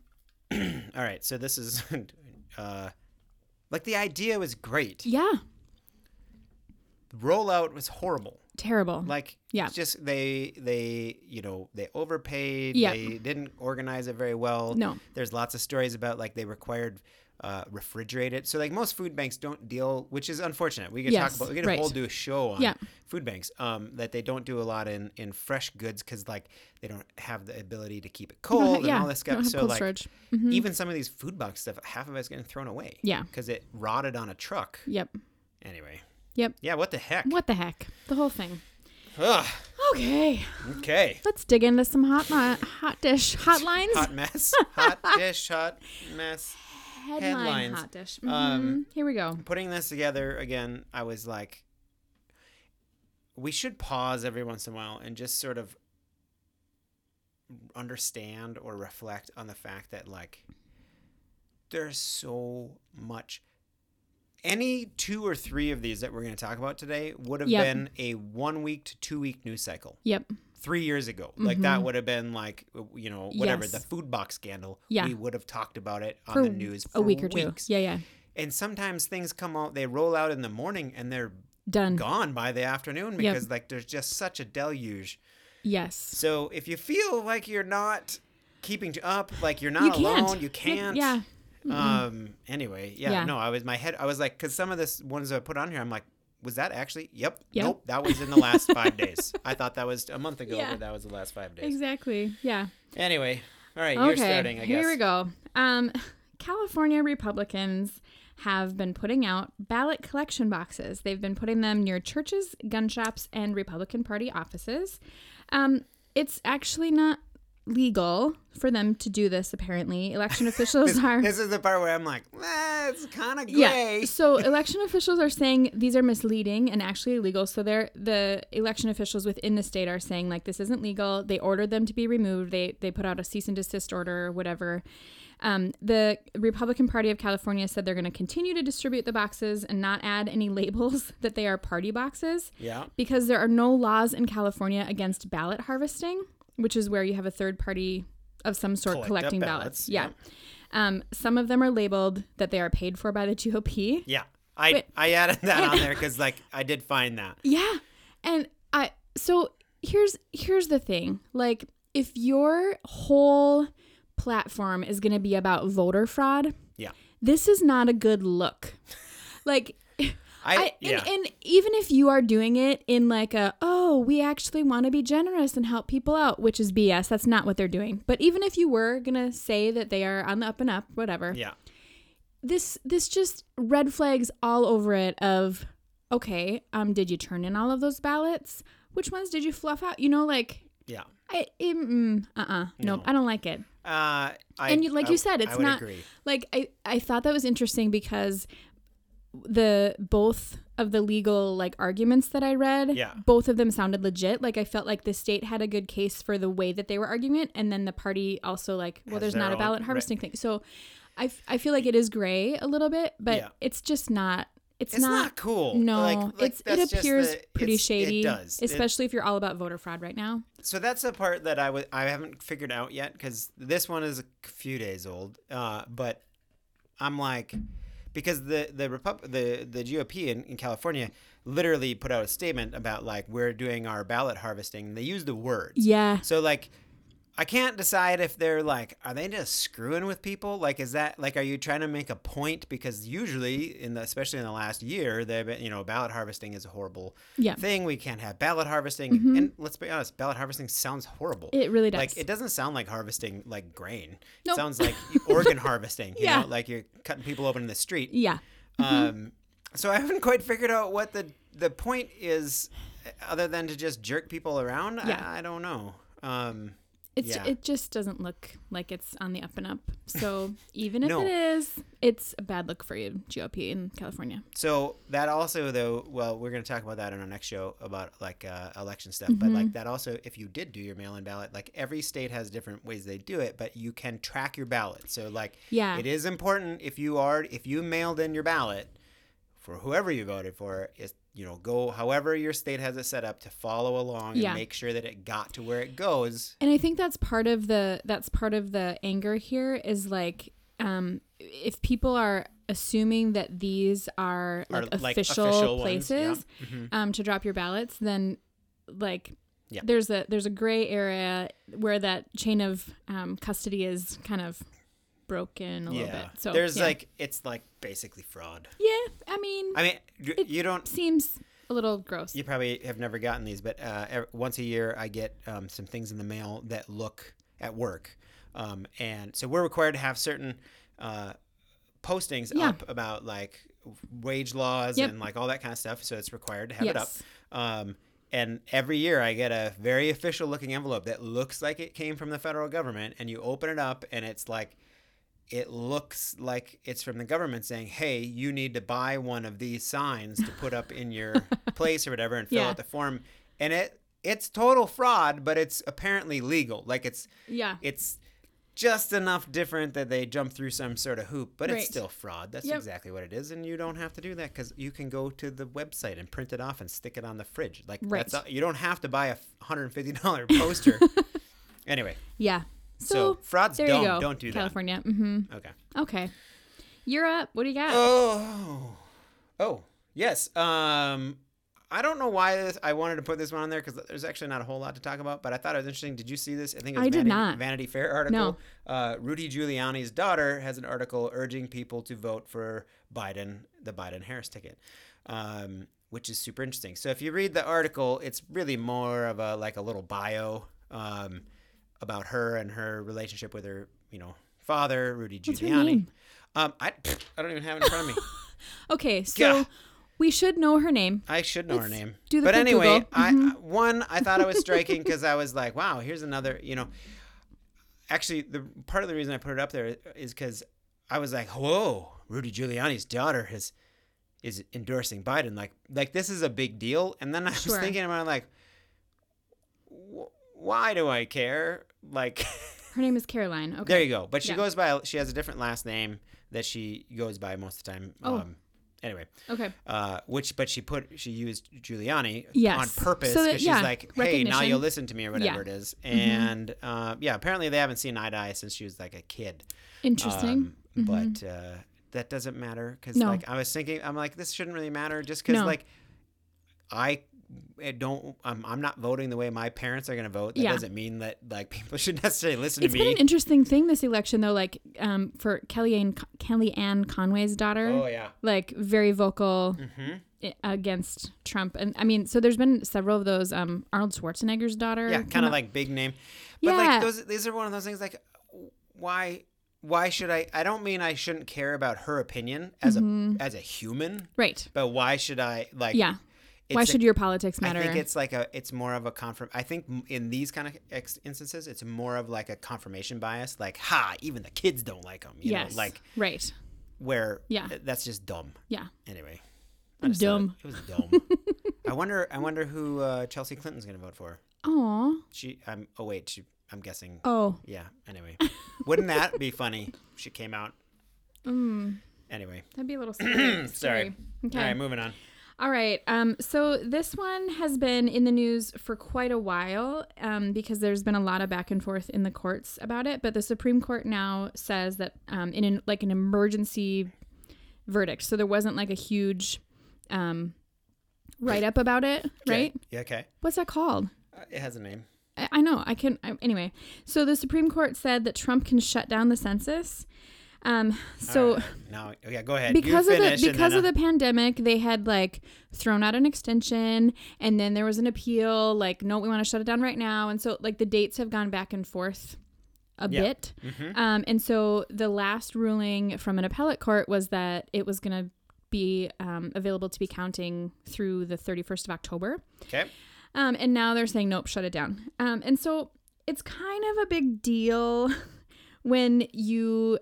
[SPEAKER 1] [clears throat] all right. So this is, [laughs] uh, like the idea was great.
[SPEAKER 3] Yeah.
[SPEAKER 1] The rollout was horrible.
[SPEAKER 3] Terrible.
[SPEAKER 1] Like
[SPEAKER 3] Yeah.
[SPEAKER 1] it's just they they you know they overpaid.
[SPEAKER 3] Yeah.
[SPEAKER 1] They didn't organize it very well.
[SPEAKER 3] No.
[SPEAKER 1] There's lots of stories about like they required. Uh, refrigerated. So like most food banks don't deal, which is unfortunate. We could
[SPEAKER 3] Yes,
[SPEAKER 1] talk about we could
[SPEAKER 3] right.
[SPEAKER 1] whole do a show on
[SPEAKER 3] Yeah.
[SPEAKER 1] food banks um, that they don't do a lot in in fresh goods because like they don't have the ability to keep it
[SPEAKER 3] don't
[SPEAKER 1] cold
[SPEAKER 3] ha-
[SPEAKER 1] and
[SPEAKER 3] yeah,
[SPEAKER 1] all this stuff.
[SPEAKER 3] don't have
[SPEAKER 1] So
[SPEAKER 3] cold
[SPEAKER 1] like
[SPEAKER 3] storage. Mm-hmm.
[SPEAKER 1] even some of these food box stuff, half of it's getting thrown away.
[SPEAKER 3] Yeah.
[SPEAKER 1] because it rotted on a truck.
[SPEAKER 3] yep.
[SPEAKER 1] Anyway,
[SPEAKER 3] Yep.
[SPEAKER 1] yeah, what the heck?
[SPEAKER 3] What the heck? The whole thing.
[SPEAKER 1] Ugh,
[SPEAKER 3] Okay.
[SPEAKER 1] okay,
[SPEAKER 3] Let's dig into some hot mi- hot dish hotlines. [laughs]
[SPEAKER 1] hot mess, hot dish, hot mess.
[SPEAKER 3] Headline
[SPEAKER 1] headlines.
[SPEAKER 3] hot dish.
[SPEAKER 1] Um,
[SPEAKER 3] Mhm. Here we go.
[SPEAKER 1] Putting this together again, I was like, we should pause every once in a while and just sort of understand or reflect on the fact that like there's so much any two or three of these that we're going to talk about today would have
[SPEAKER 3] Yep.
[SPEAKER 1] been a one week to two week news cycle
[SPEAKER 3] Yep.
[SPEAKER 1] three years ago. Like that would have been like you know whatever
[SPEAKER 3] Mm-hmm. Yes.
[SPEAKER 1] the food box scandal.
[SPEAKER 3] Yeah.
[SPEAKER 1] we would have talked about it on
[SPEAKER 3] For
[SPEAKER 1] the news for
[SPEAKER 3] a week or two.
[SPEAKER 1] weeks.
[SPEAKER 3] Yeah, yeah.
[SPEAKER 1] And sometimes things come out, they roll out in the morning, and they're
[SPEAKER 3] Done.
[SPEAKER 1] gone by the afternoon because like there's just such a deluge.
[SPEAKER 3] Yes.
[SPEAKER 1] So if you feel like you're not keeping up, like you're not
[SPEAKER 3] You can't.
[SPEAKER 1] alone, you can't.
[SPEAKER 3] Yeah.
[SPEAKER 1] Um. Anyway, yeah,
[SPEAKER 3] Yeah.
[SPEAKER 1] No, I was my head. I was like, because some of this ones I put on here, I'm like, was that actually? Yep.
[SPEAKER 3] Yep.
[SPEAKER 1] Nope. That was in the last
[SPEAKER 3] [laughs]
[SPEAKER 1] five days. I thought that was a month ago,
[SPEAKER 3] Yeah.
[SPEAKER 1] but that was the last five days.
[SPEAKER 3] Exactly. Yeah.
[SPEAKER 1] Anyway, all right, you're
[SPEAKER 3] Okay.
[SPEAKER 1] starting, I guess.
[SPEAKER 3] Here we go. Um, California Republicans have been putting out ballot collection boxes. They've been putting them near churches, gun shops, and Republican Party offices. Um, it's actually not legal for them to do this,
[SPEAKER 1] [laughs]
[SPEAKER 3] apparently. Election officials are.
[SPEAKER 1] This is the part where I'm like, eh, it's kind of gray.
[SPEAKER 3] Yeah. So election officials are saying these are misleading and actually illegal. So they're the election officials within the state are saying like this isn't legal. They ordered them to be removed. They they put out a cease and desist order or whatever. Um, the Republican Party of California said they're going to continue to distribute the boxes and not add any [laughs] labels that they are party boxes
[SPEAKER 1] Yeah.
[SPEAKER 3] because there are no laws in California against ballot harvesting, which is where you have a third party of some sort
[SPEAKER 1] Collect up
[SPEAKER 3] collecting
[SPEAKER 1] ballots,
[SPEAKER 3] ballots. Yeah. Um, some of them are labeled that they are paid for by the GOP.
[SPEAKER 1] Yeah. I,
[SPEAKER 3] Wait.
[SPEAKER 1] I added that on there
[SPEAKER 3] [laughs]
[SPEAKER 1] because like I did find that.
[SPEAKER 3] Yeah. And I so here's here's the thing. Like if your whole platform is going to be about voter fraud,
[SPEAKER 1] Yeah.
[SPEAKER 3] this is not a good look. Like
[SPEAKER 1] I,
[SPEAKER 3] I,
[SPEAKER 1] yeah.
[SPEAKER 3] and, and even if you are doing it in like a oh we actually want to be generous and help people out which is bs that's not what they're doing but even if you were gonna say that they are on the up and up whatever
[SPEAKER 1] yeah.
[SPEAKER 3] this this just red flags all over it of okay um did you turn in all of those ballots which ones did you fluff out you know like
[SPEAKER 1] Yeah.
[SPEAKER 3] i it, mm, uh-uh nope i don't like it
[SPEAKER 1] Uh, I,
[SPEAKER 3] and you, like you
[SPEAKER 1] I-
[SPEAKER 3] said,
[SPEAKER 1] I
[SPEAKER 3] it's
[SPEAKER 1] would
[SPEAKER 3] not
[SPEAKER 1] agree.
[SPEAKER 3] like I, I thought that was interesting because the both of the legal like arguments that I read,
[SPEAKER 1] Yeah.
[SPEAKER 3] both of them sounded legit. Like I felt like the state had a good case for the way that they were arguing it, and then the party also like, well,
[SPEAKER 1] Has
[SPEAKER 3] there's
[SPEAKER 1] their
[SPEAKER 3] not a
[SPEAKER 1] own-
[SPEAKER 3] ballot
[SPEAKER 1] right.
[SPEAKER 3] harvesting thing. So I, f- I feel like it is gray a little bit, but
[SPEAKER 1] Yeah.
[SPEAKER 3] it's just not. It's,
[SPEAKER 1] It's not, cool.
[SPEAKER 3] No,
[SPEAKER 1] Like- like,
[SPEAKER 3] it's
[SPEAKER 1] that's
[SPEAKER 3] it
[SPEAKER 1] just
[SPEAKER 3] appears
[SPEAKER 1] the-
[SPEAKER 3] pretty
[SPEAKER 1] it's-
[SPEAKER 3] shady,
[SPEAKER 1] It does. It-
[SPEAKER 3] especially if you're all about voter fraud right now.
[SPEAKER 1] so that's the part that I would I haven't figured out yet because this one is a few days old. Uh, but I'm like, because the the Repub- the the GOP in, in California literally put out a statement about like we're doing our ballot harvesting. They use the word.
[SPEAKER 3] Yeah,
[SPEAKER 1] So like. I can't decide if they're like, are they just screwing with people? Like, is that like, are you trying to make a point? Because usually, in the, especially in the last year, they've been, you know, ballot harvesting is a horrible
[SPEAKER 3] yeah, Mm-hmm.
[SPEAKER 1] thing. We can't have ballot harvesting. And let's be honest, ballot harvesting sounds horrible.
[SPEAKER 3] it really does.
[SPEAKER 1] Like it doesn't sound like harvesting like grain. It
[SPEAKER 3] Nope.
[SPEAKER 1] sounds
[SPEAKER 3] [laughs]
[SPEAKER 1] like organ harvesting. You
[SPEAKER 3] Yeah.
[SPEAKER 1] know, like you're cutting people open in the street.
[SPEAKER 3] yeah,
[SPEAKER 1] Um, so I [laughs] haven't quite figured out what the the point is, other than to just jerk people around.
[SPEAKER 3] Yeah.
[SPEAKER 1] I, I don't know. Um,
[SPEAKER 3] It's
[SPEAKER 1] Yeah.
[SPEAKER 3] it just doesn't look like it's on the up and up.
[SPEAKER 1] [laughs]
[SPEAKER 3] So even if
[SPEAKER 1] No.
[SPEAKER 3] it is, it's a bad look for you, GOP in California.
[SPEAKER 1] so that also though, well, we're gonna talk about that on our next show about like uh, election stuff. But
[SPEAKER 3] Mm-hmm.
[SPEAKER 1] like that also, if you did do your mail-in ballot, like every state has different ways they do it, but you can track your ballot. So like
[SPEAKER 3] Yeah.
[SPEAKER 1] It is important if you are if you mailed in your ballot for whoever you voted for is you know go however your state has it set up to follow along
[SPEAKER 3] Yeah.
[SPEAKER 1] and make sure that it got to where it goes
[SPEAKER 3] And I think that's part of the that's part of the anger here is like um if people are assuming that these are
[SPEAKER 1] Are,
[SPEAKER 3] like,
[SPEAKER 1] like,
[SPEAKER 3] official,
[SPEAKER 1] official ones, yeah.
[SPEAKER 3] places um to drop your ballots then like
[SPEAKER 1] Yeah.
[SPEAKER 3] there's a there's a gray area where that chain of um, custody is kind of broken a little
[SPEAKER 1] yeah
[SPEAKER 3] bit. So
[SPEAKER 1] there's
[SPEAKER 3] yeah.
[SPEAKER 1] like it's like basically fraud
[SPEAKER 3] yeah, I mean,
[SPEAKER 1] i mean you- you don't
[SPEAKER 3] seems a little gross.
[SPEAKER 1] you probably have never gotten these, but uh, ev once a year I get um, some things in the mail that look at work, um, and so we're required to have certain uh, postings
[SPEAKER 3] Yeah.
[SPEAKER 1] up about like wage laws
[SPEAKER 3] Yep.
[SPEAKER 1] and like all that kind of stuff. So it's required to have
[SPEAKER 3] Yes.
[SPEAKER 1] it up. Um, and every year I get a very official looking envelope that looks like it came from the federal government, and you open it up and it's like it looks like it's from the government saying, "Hey, you need to buy one of these signs to put up in
[SPEAKER 3] [laughs]
[SPEAKER 1] your place or whatever, and fill
[SPEAKER 3] Yeah.
[SPEAKER 1] out the form." And it it's total fraud, but it's apparently legal. Like it's
[SPEAKER 3] Yeah.
[SPEAKER 1] it's just enough different that they jump through some sort of hoop, but
[SPEAKER 3] Right.
[SPEAKER 1] it's still fraud. That's
[SPEAKER 3] Yep.
[SPEAKER 1] exactly what it is, and you don't have to do that because you can go to the website and print it off and stick it on the fridge. Like
[SPEAKER 3] Right.
[SPEAKER 1] that's all, you don't have to buy a hundred and fifty dollar
[SPEAKER 3] [laughs]
[SPEAKER 1] poster. anyway,
[SPEAKER 3] Yeah.
[SPEAKER 1] so,
[SPEAKER 3] So,
[SPEAKER 1] fraud's
[SPEAKER 3] there you
[SPEAKER 1] dumb.
[SPEAKER 3] go.
[SPEAKER 1] Don't do that.
[SPEAKER 3] California. Mm-hmm.
[SPEAKER 1] Okay.
[SPEAKER 3] Okay. You're up. What do you got?
[SPEAKER 1] Oh, oh, yes. Um, I don't know why this, I wanted to put this one on there because there's actually not a whole lot to talk about, but I thought it was interesting. Did you see this? I think it was
[SPEAKER 3] I did
[SPEAKER 1] Vanity,
[SPEAKER 3] not.
[SPEAKER 1] Vanity Fair article. No. Uh, Rudy Giuliani's daughter has an article urging people to vote for Biden, the Biden Harris ticket. Um, which is super interesting. So if you read the article, it's really more of a like a little bio um, about her and her relationship with her, you know, father, Rudy Giuliani.
[SPEAKER 3] What's her name?
[SPEAKER 1] Um, I I don't even have it in front of me.
[SPEAKER 3] okay. So
[SPEAKER 1] Gah.
[SPEAKER 3] we should know her name.
[SPEAKER 1] I should know her
[SPEAKER 3] Let's
[SPEAKER 1] name.
[SPEAKER 3] do the
[SPEAKER 1] but
[SPEAKER 3] quick
[SPEAKER 1] anyway,
[SPEAKER 3] Google. Mm-hmm.
[SPEAKER 1] I one I thought it was striking because I was like, wow, here's another. You know, actually, the part of the reason I put it up there is because I was like, whoa, Rudy Giuliani's daughter has is endorsing Biden. Like, like this is a big deal. And then I was
[SPEAKER 3] Sure.
[SPEAKER 1] thinking about it, like, wh- why do I care? Like.
[SPEAKER 3] Her name is Caroline. Okay.
[SPEAKER 1] There you go. But she
[SPEAKER 3] Yeah.
[SPEAKER 1] goes by. She has a different last name that she goes by most of the time.
[SPEAKER 3] Oh.
[SPEAKER 1] Um, anyway,
[SPEAKER 3] Okay.
[SPEAKER 1] uh, which but she put she used Giuliani
[SPEAKER 3] Yes.
[SPEAKER 1] on purpose
[SPEAKER 3] So that-
[SPEAKER 1] because
[SPEAKER 3] yeah,
[SPEAKER 1] she's like, hey, now
[SPEAKER 3] recognition.
[SPEAKER 1] you'll listen to me or whatever
[SPEAKER 3] Yeah. Mm-hmm.
[SPEAKER 1] it is. And uh, yeah, apparently they haven't seen eye to eye since she was like a kid.
[SPEAKER 3] Interesting. Mm-hmm.
[SPEAKER 1] Um, But uh, that doesn't matter because
[SPEAKER 3] No.
[SPEAKER 1] like I was thinking, I'm like this shouldn't really matter just because
[SPEAKER 3] No.
[SPEAKER 1] like I. I don't. I'm, I'm not voting the way my parents are going to vote. That
[SPEAKER 3] Yeah.
[SPEAKER 1] doesn't mean that like [laughs] people should necessarily listen
[SPEAKER 3] It's
[SPEAKER 1] to
[SPEAKER 3] been
[SPEAKER 1] me.
[SPEAKER 3] an interesting thing this election, though. Like um, for Kellyanne Kellyanne Conway's daughter,
[SPEAKER 1] oh yeah.
[SPEAKER 3] like very vocal
[SPEAKER 1] Mm-hmm.
[SPEAKER 3] i- against Trump, and I mean, so there's been several of those. Um, Arnold Schwarzenegger's daughter,
[SPEAKER 1] yeah,
[SPEAKER 3] came
[SPEAKER 1] kind
[SPEAKER 3] up-
[SPEAKER 1] of like big name. But
[SPEAKER 3] Yeah.
[SPEAKER 1] like those, these are one of those things. Like, why, why should I? I don't mean I shouldn't care about her opinion as a as a human,
[SPEAKER 3] right?
[SPEAKER 1] but why should I like?
[SPEAKER 3] Mm-hmm. Yeah.
[SPEAKER 1] it's
[SPEAKER 3] Why
[SPEAKER 1] a-
[SPEAKER 3] should your politics
[SPEAKER 1] I
[SPEAKER 3] matter?
[SPEAKER 1] think it's like a, it's more of a confirm. I think m- in these kind of ex- instances, it's more of like a confirmation bias. Like, ha, even the kids don't like him. You
[SPEAKER 3] yes.
[SPEAKER 1] know, like
[SPEAKER 3] right.
[SPEAKER 1] where,
[SPEAKER 3] Yeah.
[SPEAKER 1] th- that's just dumb.
[SPEAKER 3] Yeah.
[SPEAKER 1] Anyway, I just thought
[SPEAKER 3] Dumb.
[SPEAKER 1] It, it
[SPEAKER 3] [laughs]
[SPEAKER 1] was dumb. I wonder. I wonder who uh, Chelsea Clinton's going to vote for.
[SPEAKER 3] Aw.
[SPEAKER 1] She. I'm. Oh wait. She, I'm guessing.
[SPEAKER 3] Oh.
[SPEAKER 1] Yeah. Anyway, [laughs] wouldn't that be funny? if She came out.
[SPEAKER 3] Mm.
[SPEAKER 1] Anyway.
[SPEAKER 3] That'd be a little scary.
[SPEAKER 1] Sorry.
[SPEAKER 3] Okay.
[SPEAKER 1] All right. Moving on.
[SPEAKER 3] All right. Um, so this one has been in the news for quite a while um, because there's been a lot of back and forth in the courts about it. But the Supreme Court now says that um, in an, like an emergency verdict, so there wasn't like a huge um, write up about it, right?
[SPEAKER 1] Yeah. Okay.
[SPEAKER 3] What's that called?
[SPEAKER 1] Uh, it has a name.
[SPEAKER 3] I, I know. I can. I, anyway, so the Supreme Court said that Trump can shut down the census. Um, so
[SPEAKER 1] No. Yeah. Go ahead.
[SPEAKER 3] because
[SPEAKER 1] you
[SPEAKER 3] of
[SPEAKER 1] finish
[SPEAKER 3] the because of
[SPEAKER 1] and then
[SPEAKER 3] the pandemic they had like thrown out an extension and then there was an appeal like no we want to shut it down right now and so like the dates have gone back and forth a
[SPEAKER 1] Yeah.
[SPEAKER 3] bit
[SPEAKER 1] mm-hmm.
[SPEAKER 3] um, and so the last ruling from an appellate court was that it was going to be um, available to be counting through the 31st of october
[SPEAKER 1] I'll- Okay.
[SPEAKER 3] um, and now they're saying, nope, shut it down. Um, and so it's kind of a big deal [laughs] when you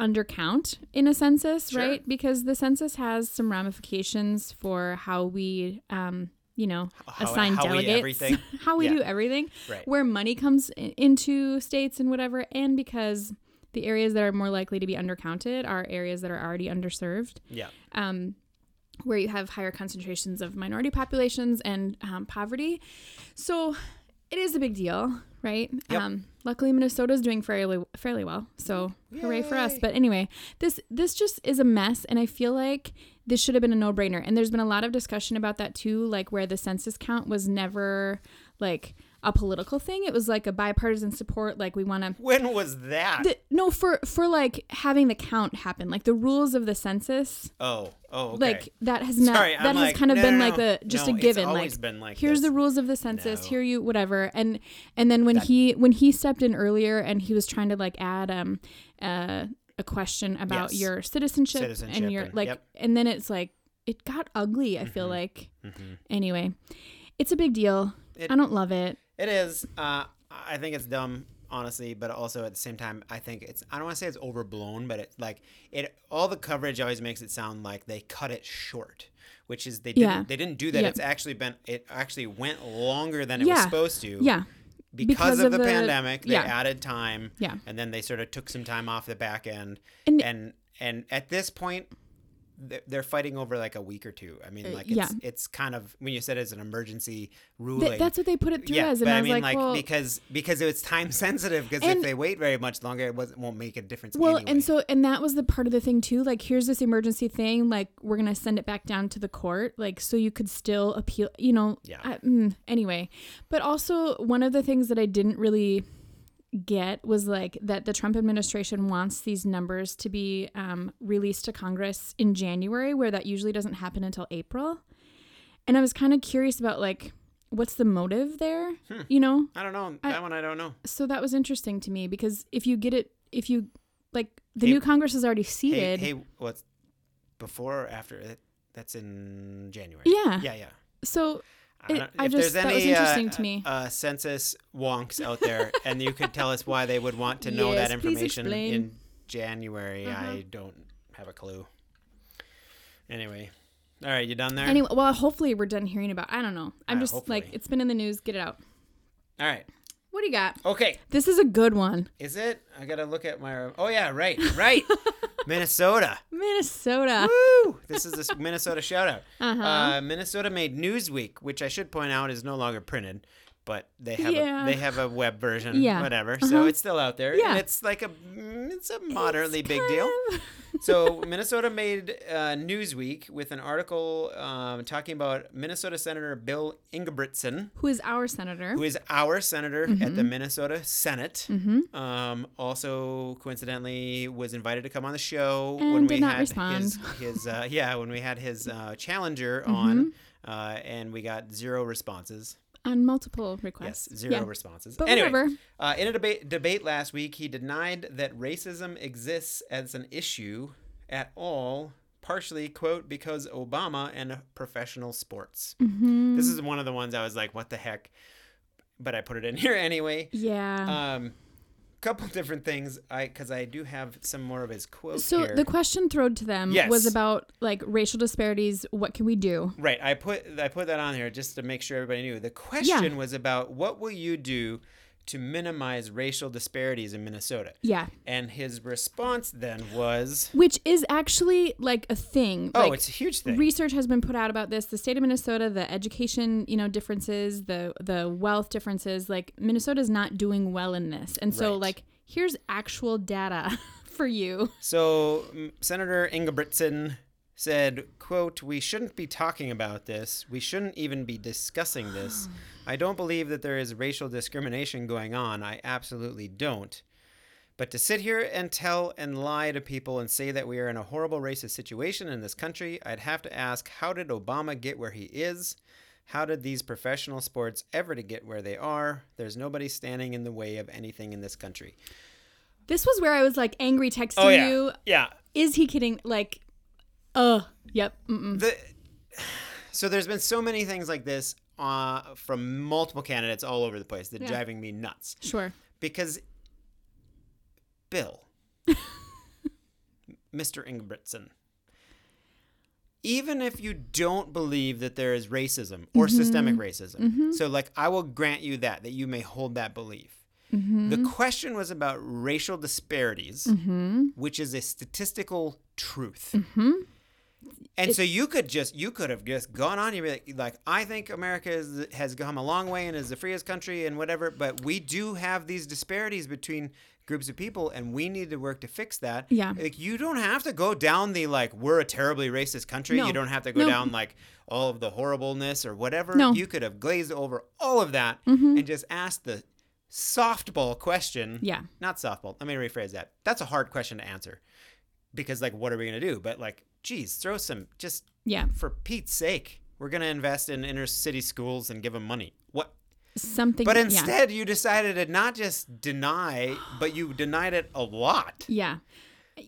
[SPEAKER 3] undercount in a census,
[SPEAKER 1] Sure.
[SPEAKER 3] right? Because the census has some ramifications for how we, um, you know,
[SPEAKER 1] How-
[SPEAKER 3] assign
[SPEAKER 1] how we
[SPEAKER 3] delegates,
[SPEAKER 1] everything.
[SPEAKER 3] [laughs] how we
[SPEAKER 1] Yeah.
[SPEAKER 3] do everything,
[SPEAKER 1] Right.
[SPEAKER 3] where money comes i- into states and whatever, and because the areas that are more likely to be undercounted are areas that are already underserved.
[SPEAKER 1] Yeah.
[SPEAKER 3] Um, where you have higher concentrations of minority populations and um, poverty. So it is a big deal, right?
[SPEAKER 1] Yep.
[SPEAKER 3] Um, luckily, Minnesota is doing fairly fairly well, so hooray for us.
[SPEAKER 1] Yay.
[SPEAKER 3] But anyway, this this just is a mess, and I feel like this should have been a no brainer. And there's been a lot of discussion about that too, like where the census count was never like a political thing; it was like a bipartisan support, like we want to
[SPEAKER 1] When was that?
[SPEAKER 3] the, no for for like having the count happen like the rules of the census
[SPEAKER 1] oh, oh, okay.
[SPEAKER 3] like that has not
[SPEAKER 1] Sorry,
[SPEAKER 3] that
[SPEAKER 1] I'm
[SPEAKER 3] has
[SPEAKER 1] like,
[SPEAKER 3] kind of
[SPEAKER 1] no,
[SPEAKER 3] been
[SPEAKER 1] no,
[SPEAKER 3] like
[SPEAKER 1] no.
[SPEAKER 3] a just
[SPEAKER 1] No,
[SPEAKER 3] a
[SPEAKER 1] it's
[SPEAKER 3] given
[SPEAKER 1] always
[SPEAKER 3] like,
[SPEAKER 1] been like
[SPEAKER 3] here's
[SPEAKER 1] this.
[SPEAKER 3] the rules of the census
[SPEAKER 1] No.
[SPEAKER 3] here you whatever and and then when he when he stepped in earlier and he was trying to like add um uh, a question about
[SPEAKER 1] Yes.
[SPEAKER 3] your citizenship,
[SPEAKER 1] Citizenship
[SPEAKER 3] and your
[SPEAKER 1] and-
[SPEAKER 3] like
[SPEAKER 1] yep. Mm-hmm.
[SPEAKER 3] and then it's like it got ugly i feel like anyway it's a big deal
[SPEAKER 1] It-
[SPEAKER 3] i don't love it
[SPEAKER 1] It is. Uh, I think it's dumb, honestly, but also at the same time, I think it's. I don't want to say it's overblown, but it's like it. All the coverage always makes it sound like they cut it short, which is they didn't.
[SPEAKER 3] Yeah.
[SPEAKER 1] They didn't do that.
[SPEAKER 3] Yep.
[SPEAKER 1] It's actually been. It actually went longer than it was
[SPEAKER 3] Yeah.
[SPEAKER 1] supposed to.
[SPEAKER 3] yeah
[SPEAKER 1] Because, of, the, pandemic, they
[SPEAKER 3] yeah.
[SPEAKER 1] added time.
[SPEAKER 3] Yeah.
[SPEAKER 1] And then they sort of took some time off the back end. And
[SPEAKER 3] And-
[SPEAKER 1] and, at this point. th- They're fighting over like a week or two. I mean, like it's
[SPEAKER 3] Uh, yeah.
[SPEAKER 1] it's kind of when you said it's an emergency ruling.
[SPEAKER 3] Th- that's what they put it through as and
[SPEAKER 1] but
[SPEAKER 3] i
[SPEAKER 1] I
[SPEAKER 3] was
[SPEAKER 1] mean,
[SPEAKER 3] like, well
[SPEAKER 1] because because it's time [laughs] sensitive. Because if
[SPEAKER 3] And-
[SPEAKER 1] they wait very much longer, it was, won't make a difference.
[SPEAKER 3] Well,
[SPEAKER 1] anyway.
[SPEAKER 3] and so and that was the part of the thing too. Like, here's this emergency thing. Like, we're gonna send it back down to the court. Like, so you could still appeal. You know.
[SPEAKER 1] Yeah.
[SPEAKER 3] I- mm, anyway, but also one of the things that I didn't really get was like that the Trump administration wants these numbers to be um, released to Congress in January, where that usually doesn't happen until April. And I was kind of curious about like what's the motive there.
[SPEAKER 1] Hmm.
[SPEAKER 3] You know,
[SPEAKER 1] I don't know
[SPEAKER 3] I-
[SPEAKER 1] that one. I don't know.
[SPEAKER 3] so that was interesting to me because if you get it, if you like, the
[SPEAKER 1] Hey-
[SPEAKER 3] new Congress is already
[SPEAKER 1] Hey,
[SPEAKER 3] seated.
[SPEAKER 1] hey, what's before or after? That, that's in January.
[SPEAKER 3] Yeah.
[SPEAKER 1] yeah, yeah.
[SPEAKER 3] So
[SPEAKER 1] I
[SPEAKER 3] It-
[SPEAKER 1] don't-
[SPEAKER 3] I
[SPEAKER 1] if there's
[SPEAKER 3] just- that
[SPEAKER 1] any,
[SPEAKER 3] was interesting
[SPEAKER 1] uh,
[SPEAKER 3] to me.
[SPEAKER 1] Uh, census wonks out
[SPEAKER 3] [laughs]
[SPEAKER 1] there, and you could tell us why they would want to know that
[SPEAKER 3] Yes, please
[SPEAKER 1] information
[SPEAKER 3] explain. Uh-huh.
[SPEAKER 1] in January. I don't have a clue. Anyway, all right, you done there?
[SPEAKER 3] anyway, well, hopefully we're done hearing about. I don't know. I'm
[SPEAKER 1] Yeah,
[SPEAKER 3] just like,
[SPEAKER 1] hopefully.
[SPEAKER 3] it's been in the news. Get it out.
[SPEAKER 1] all right,
[SPEAKER 3] What do you got?
[SPEAKER 1] okay.
[SPEAKER 3] This is a good one.
[SPEAKER 1] Is it? I gotta look at my. Oh yeah, right,
[SPEAKER 3] [laughs]
[SPEAKER 1] right. Minnesota.
[SPEAKER 3] Minnesota.
[SPEAKER 1] Woo! This is a Minnesota shout out. Uh-huh. Minnesota made Newsweek, which I should point out is no longer printed, but they have
[SPEAKER 3] Yeah.
[SPEAKER 1] a, they have a web version.
[SPEAKER 3] Yeah. Uh-huh.
[SPEAKER 1] Whatever. So it's still out there.
[SPEAKER 3] Yeah.
[SPEAKER 1] And it's like a mm, it's a moderately
[SPEAKER 3] It's
[SPEAKER 1] big
[SPEAKER 3] kind
[SPEAKER 1] deal.
[SPEAKER 3] of- [laughs]
[SPEAKER 1] so Minnesota made uh, Newsweek with an article um, talking about Minnesota Senator Bill Ingebrigtsen
[SPEAKER 3] Who is our senator? Mm-hmm.
[SPEAKER 1] who is our senator at the Minnesota Senate. Um, also, coincidentally, was invited to come on the show when
[SPEAKER 3] And
[SPEAKER 1] we
[SPEAKER 3] did not
[SPEAKER 1] had
[SPEAKER 3] respond. Mm-hmm.
[SPEAKER 1] his, his uh, yeah, when we had his uh, challenger on, uh, and we got zero responses.
[SPEAKER 3] On multiple
[SPEAKER 1] Yes,
[SPEAKER 3] requests.
[SPEAKER 1] zero
[SPEAKER 3] Yeah.
[SPEAKER 1] responses.
[SPEAKER 3] But
[SPEAKER 1] anyway,
[SPEAKER 3] whatever.
[SPEAKER 1] Uh, in a debate debate last week, he denied that racism exists as an issue at all. Partially, quote, because Obama and professional sports.
[SPEAKER 3] Mm-hmm.
[SPEAKER 1] This is one of the ones I was like, what the heck? But I put it in [laughs] here anyway.
[SPEAKER 3] Yeah.
[SPEAKER 1] Um, couple different things, I because I do have some more of his quotes
[SPEAKER 3] so
[SPEAKER 1] here.
[SPEAKER 3] the question thrown to them
[SPEAKER 1] Yes.
[SPEAKER 3] was about like racial disparities. What can we do?
[SPEAKER 1] Right. I put I put that on here just to make sure everybody knew. The question was about what will you do to minimize racial disparities in Minnesota?
[SPEAKER 3] Yeah.
[SPEAKER 1] And his response then was,
[SPEAKER 3] Which is actually like a thing.
[SPEAKER 1] "Oh,
[SPEAKER 3] like,
[SPEAKER 1] it's a huge thing."
[SPEAKER 3] Research has been put out about this. The state of Minnesota, the education, you know, differences, the the wealth differences. Like Minnesota's not doing well in this, and so
[SPEAKER 1] Right.
[SPEAKER 3] like here's actual data [laughs] for you.
[SPEAKER 1] so m- Senator Ingebrigtsen said, "Quote: We shouldn't be talking about this. We shouldn't even be discussing this. I don't believe that there is racial discrimination going on. I absolutely don't." But to sit here and tell and lie to people and say that we are in a horrible racist situation in this country, I'd have to ask how did Obama get where he is? How did these professional sports ever to get where they are? There's nobody standing in the way of anything in this country.
[SPEAKER 3] This was where I was like angry texting you.
[SPEAKER 1] Oh, Yeah.
[SPEAKER 3] Is he kidding? Like, uh, yep. Mm-mm.
[SPEAKER 1] The, [sighs] so there's been so many things like this uh, from multiple candidates all over the place that driving me nuts.
[SPEAKER 3] Sure.
[SPEAKER 1] Because Bill, Mr. Ingebrigtsen, even if you don't believe that there is racism or systemic racism, so like I will grant you that, that you may hold that belief. The question was about racial disparities, which is a statistical truth. And so you could just you could have just gone on. You'd be like, like I think America is, has come a long way and is the freest country and whatever. But we do have these disparities between groups of people, and we need to work to fix that.
[SPEAKER 3] Yeah.
[SPEAKER 1] Like you don't have to go down the like we're a terribly racist country.
[SPEAKER 3] No.
[SPEAKER 1] You don't have to go
[SPEAKER 3] No.
[SPEAKER 1] down like all of the horribleness or whatever.
[SPEAKER 3] No. Mm-hmm.
[SPEAKER 1] You could have glazed over all of that and just asked the softball question.
[SPEAKER 3] Yeah.
[SPEAKER 1] Not softball. Let me rephrase that. That's a hard question to answer because like what are we going to do but like geez throw some just
[SPEAKER 3] Yeah.
[SPEAKER 1] for pete's sake we're going to invest in inner city schools and give them money what
[SPEAKER 3] Something.
[SPEAKER 1] but
[SPEAKER 3] yeah.
[SPEAKER 1] instead you decided to not just deny but you denied it a lot
[SPEAKER 3] Yeah.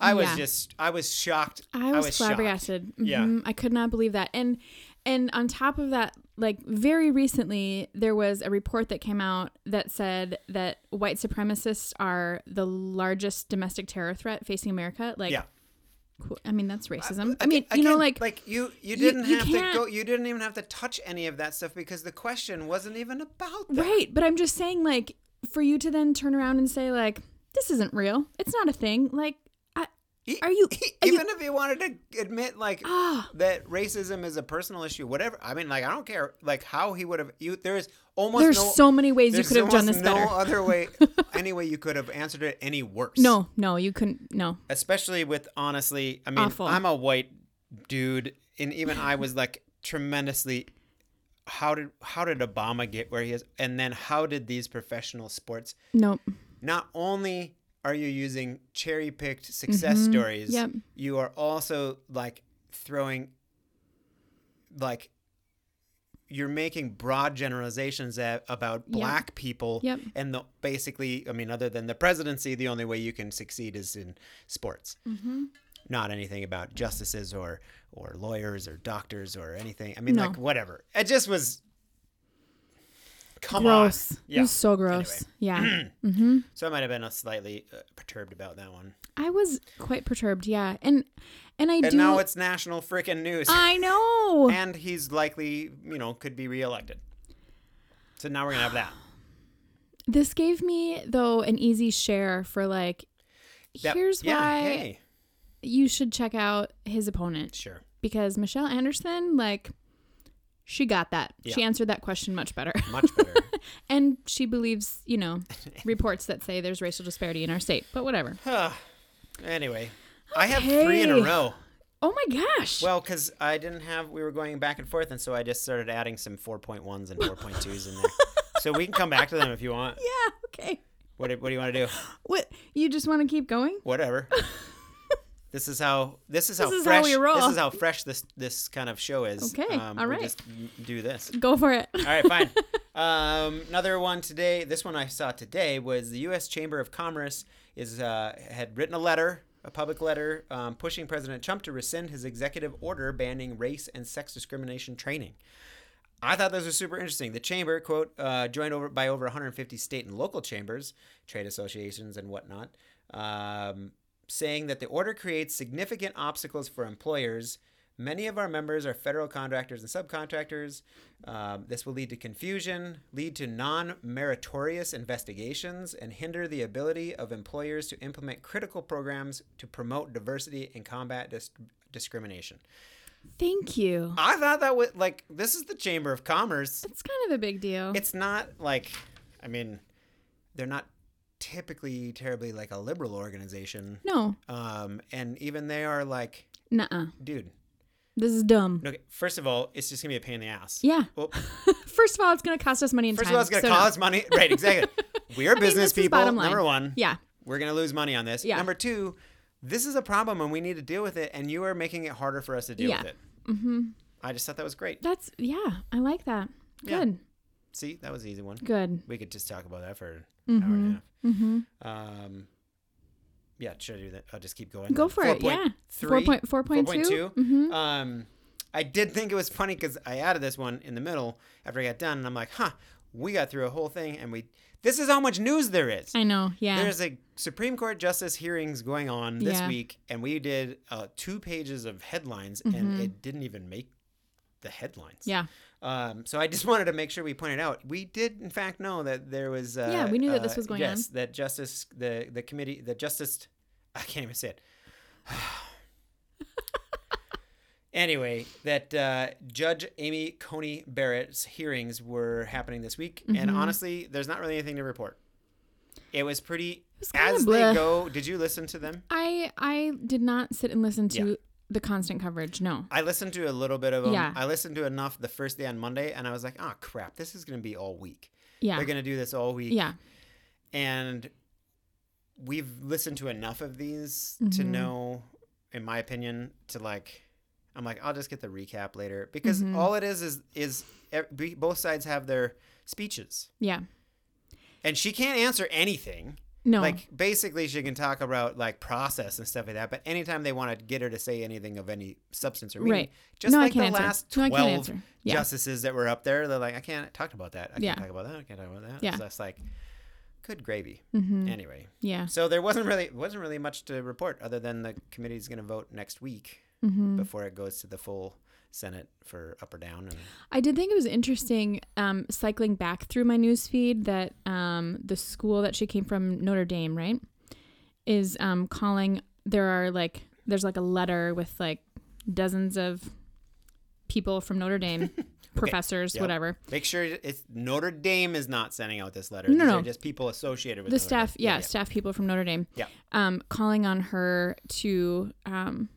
[SPEAKER 1] i was
[SPEAKER 3] Yeah.
[SPEAKER 1] just i was shocked
[SPEAKER 3] I was,
[SPEAKER 1] shocked.
[SPEAKER 3] flabbergasted.
[SPEAKER 1] Yeah.
[SPEAKER 3] Mhm. I could not believe that. And and on top of that, like very recently there was a report that came out that said that white supremacists are the largest domestic terror threat facing America. Like
[SPEAKER 1] yeah
[SPEAKER 3] cool. I mean that's racism. I, mean, you know
[SPEAKER 1] Again,
[SPEAKER 3] like,
[SPEAKER 1] like you you
[SPEAKER 3] you-
[SPEAKER 1] didn't
[SPEAKER 3] you
[SPEAKER 1] have
[SPEAKER 3] can't-
[SPEAKER 1] to go you didn't even have to touch any of that stuff because the question wasn't even about that
[SPEAKER 3] right, but I'm just saying like for you to then turn around and say like this isn't real. It's not a thing. Like I,
[SPEAKER 1] E-
[SPEAKER 3] Are
[SPEAKER 1] [laughs]
[SPEAKER 3] you-
[SPEAKER 1] e-
[SPEAKER 3] are you-
[SPEAKER 1] even if you wanted to admit like
[SPEAKER 3] Ah.
[SPEAKER 1] that racism is a personal issue, whatever. I mean, like I don't care like how he would have. You there's almost
[SPEAKER 3] there's
[SPEAKER 1] no,
[SPEAKER 3] so many ways you
[SPEAKER 1] there's
[SPEAKER 3] could have done
[SPEAKER 1] almost
[SPEAKER 3] this
[SPEAKER 1] no uh,
[SPEAKER 3] better.
[SPEAKER 1] other
[SPEAKER 3] [laughs]
[SPEAKER 1] way, any way you could have answered it any worse.
[SPEAKER 3] No, no, you couldn't. No.
[SPEAKER 1] especially with honestly. I mean,
[SPEAKER 3] Awful.
[SPEAKER 1] I'm a white dude, and even I was like tremendously. How did how did Obama get where he is, and then how did these professional sports?
[SPEAKER 3] Nope.
[SPEAKER 1] not only are you using cherry picked success stories,
[SPEAKER 3] Mm-hmm. Yep.
[SPEAKER 1] you are also like throwing, like, you're making broad generalizations a- about black people.
[SPEAKER 3] Yep.
[SPEAKER 1] And the, basically, I mean, other than the presidency, the only way you can succeed is in sports.
[SPEAKER 3] Mm-hmm.
[SPEAKER 1] Not anything about justices or or lawyers or doctors or anything. I mean,
[SPEAKER 3] No.
[SPEAKER 1] like whatever. It just was. Come
[SPEAKER 3] Gross.
[SPEAKER 1] on. Yeah.
[SPEAKER 3] It was so gross.
[SPEAKER 1] [clears throat]
[SPEAKER 3] Yeah.
[SPEAKER 1] So I might have been a slightly uh, perturbed about that one.
[SPEAKER 3] I was quite perturbed, yeah, and and I
[SPEAKER 1] And
[SPEAKER 3] do.
[SPEAKER 1] now it's national freaking news.
[SPEAKER 3] I know.
[SPEAKER 1] [laughs] and he's likely, you know, could be reelected. So now we're gonna have that.
[SPEAKER 3] this gave me though an easy share for like.
[SPEAKER 1] That-
[SPEAKER 3] here's
[SPEAKER 1] yeah,
[SPEAKER 3] why
[SPEAKER 1] Hey,
[SPEAKER 3] you should check out his opponent
[SPEAKER 1] sure.
[SPEAKER 3] because Michelle Anderson, like, she got that. She
[SPEAKER 1] Yeah.
[SPEAKER 3] answered that question much
[SPEAKER 1] [laughs]
[SPEAKER 3] better,
[SPEAKER 1] Much
[SPEAKER 3] [laughs]
[SPEAKER 1] better.
[SPEAKER 3] and she believes, you know, reports that say there's racial disparity in our state. But whatever.
[SPEAKER 1] Huh. anyway, I have three in a
[SPEAKER 3] Okay.
[SPEAKER 1] row.
[SPEAKER 3] Oh my gosh.
[SPEAKER 1] Well, because I didn't have, we were going back and forth, and so I just started adding some 4.1s and 4.2s in there. so we can come back to them if you want.
[SPEAKER 3] [laughs] [laughs] yeah. Okay.
[SPEAKER 1] What do, what do you want to do?
[SPEAKER 3] What you just want to keep going?
[SPEAKER 1] Whatever. [laughs] This is how this is how
[SPEAKER 3] is how
[SPEAKER 1] fresh
[SPEAKER 3] we roll.
[SPEAKER 1] this is how fresh this this kind of show is.
[SPEAKER 3] Okay, all
[SPEAKER 1] we
[SPEAKER 3] right.
[SPEAKER 1] just do this.
[SPEAKER 3] Go for it. [laughs]
[SPEAKER 1] All right, fine. um, another one today. This one I saw today was the U.S. Chamber of Commerce is uh, had written a letter, a public letter, um, pushing President Trump to rescind his executive order banning race and sex discrimination training. I thought those were super interesting. The chamber, quote, uh, joined over by over 150 state and local chambers, trade associations, and whatnot, um, saying that the order creates significant obstacles for employers. Many of our members are federal contractors and subcontractors. Um, this will lead to confusion, lead to non meritorious investigations, and hinder the ability of employers to implement critical programs to promote diversity and combat dis- discrimination.
[SPEAKER 3] Thank you.
[SPEAKER 1] I thought that was like, this is the Chamber of Commerce
[SPEAKER 3] It's kind of a big deal.
[SPEAKER 1] it's not like i mean they're not typically terribly like a liberal organization
[SPEAKER 3] no.
[SPEAKER 1] um and even they are like
[SPEAKER 3] Nuh-uh.
[SPEAKER 1] dude
[SPEAKER 3] This is dumb.
[SPEAKER 1] okay first of all it's just gonna be a pain in the ass
[SPEAKER 3] Yeah. [laughs]
[SPEAKER 1] well, first
[SPEAKER 3] First of all, it's going to cost us money and time.
[SPEAKER 1] of all it's gonna
[SPEAKER 3] so no.
[SPEAKER 1] cost money right
[SPEAKER 3] [laughs]
[SPEAKER 1] exactly we are
[SPEAKER 3] I mean,
[SPEAKER 1] business
[SPEAKER 3] this is
[SPEAKER 1] people
[SPEAKER 3] bottom line.
[SPEAKER 1] number one
[SPEAKER 3] Yeah.
[SPEAKER 1] we're gonna lose money on this
[SPEAKER 3] Yeah.
[SPEAKER 1] number two this is a problem and we need to deal with it and you are making it harder for us to deal
[SPEAKER 3] Yeah.
[SPEAKER 1] with it mm-hmm. i just thought that was great
[SPEAKER 3] That's yeah. I like that.
[SPEAKER 1] Yeah.
[SPEAKER 3] Good.
[SPEAKER 1] see that was an easy one
[SPEAKER 3] Good.
[SPEAKER 1] we could just talk about that for an hour
[SPEAKER 3] Mm-hmm.
[SPEAKER 1] and a half. Um, yeah, should I do that? I'll just keep going.
[SPEAKER 3] Go for it, yeah. 4.2?
[SPEAKER 1] 4.2.
[SPEAKER 3] Mm-hmm.
[SPEAKER 1] Um, I did think it was funny because I added this one in the middle after I got done, and I'm like, huh, we got through a whole thing, and we. This is how much news there is.
[SPEAKER 3] I know. Yeah.
[SPEAKER 1] There's a Supreme Court justice hearings going on this
[SPEAKER 3] Yeah.
[SPEAKER 1] week, and we did uh, two pages of headlines,
[SPEAKER 3] Mm-hmm.
[SPEAKER 1] and it didn't even make the headlines.
[SPEAKER 3] yeah.
[SPEAKER 1] Um, so I just [laughs] wanted to make sure we pointed out we did in fact know that there was uh,
[SPEAKER 3] Yeah, we knew that this
[SPEAKER 1] uh,
[SPEAKER 3] was going
[SPEAKER 1] yes, that justice the the committee [sighs] the justice I can't even say it [sighs] Anyway, that uh, Judge Amy Coney Barrett's hearings were happening this week, and
[SPEAKER 3] Mm-hmm.
[SPEAKER 1] honestly, there's not really anything to report. It was pretty.
[SPEAKER 3] was kinda
[SPEAKER 1] As
[SPEAKER 3] bleh.
[SPEAKER 1] they go, did you listen to them?
[SPEAKER 3] I I did not sit and listen to
[SPEAKER 1] Yeah.
[SPEAKER 3] the constant coverage. No.
[SPEAKER 1] I listened to a little bit of them.
[SPEAKER 3] Yeah.
[SPEAKER 1] I listened to enough the first day on Monday, and I was like, "Oh crap, this is going to be all week.
[SPEAKER 3] Yeah.
[SPEAKER 1] They're going to do this all week."
[SPEAKER 3] yeah.
[SPEAKER 1] and we've listened to enough of these to
[SPEAKER 3] Mhm.
[SPEAKER 1] know in my opinion to like i'm like i'll just get the recap later because
[SPEAKER 3] Mhm.
[SPEAKER 1] all it is is is ev- be- both sides have their speeches
[SPEAKER 3] Yeah.
[SPEAKER 1] and she can't answer anything
[SPEAKER 3] No.
[SPEAKER 1] like basically she can talk about like process and stuff like that but anytime they want to get her to say anything of any substance or meaning
[SPEAKER 3] Right.
[SPEAKER 1] just
[SPEAKER 3] No, I
[SPEAKER 1] like the
[SPEAKER 3] can't answer.
[SPEAKER 1] last
[SPEAKER 3] No, I
[SPEAKER 1] 12
[SPEAKER 3] can't answer. Yeah.
[SPEAKER 1] justices that were up there they're like i can't talk about that i can't
[SPEAKER 3] Yeah.
[SPEAKER 1] talk about that i can't talk about that
[SPEAKER 3] Yeah.
[SPEAKER 1] it's just like good gravy
[SPEAKER 3] Mhm.
[SPEAKER 1] anyway
[SPEAKER 3] Yeah.
[SPEAKER 1] so there wasn't really wasn't really much to report other than the committee's going to vote next week
[SPEAKER 3] Mhm.
[SPEAKER 1] before it goes to the full Senate for up or down. And
[SPEAKER 3] I did think it was interesting um, cycling back through my news feed that um, the school that she came from, Notre Dame, right, is um, calling. There are like there's like a letter with like dozens of people from Notre Dame, professors,
[SPEAKER 1] Yep.
[SPEAKER 3] whatever.
[SPEAKER 1] make sure it's Notre Dame is not sending out this letter.
[SPEAKER 3] No,
[SPEAKER 1] These
[SPEAKER 3] no.
[SPEAKER 1] are just people associated with
[SPEAKER 3] the
[SPEAKER 1] Notre
[SPEAKER 3] staff,
[SPEAKER 1] Dame.
[SPEAKER 3] yeah, staff people from Notre Dame,
[SPEAKER 1] Yeah.
[SPEAKER 3] um, calling on her to. Um,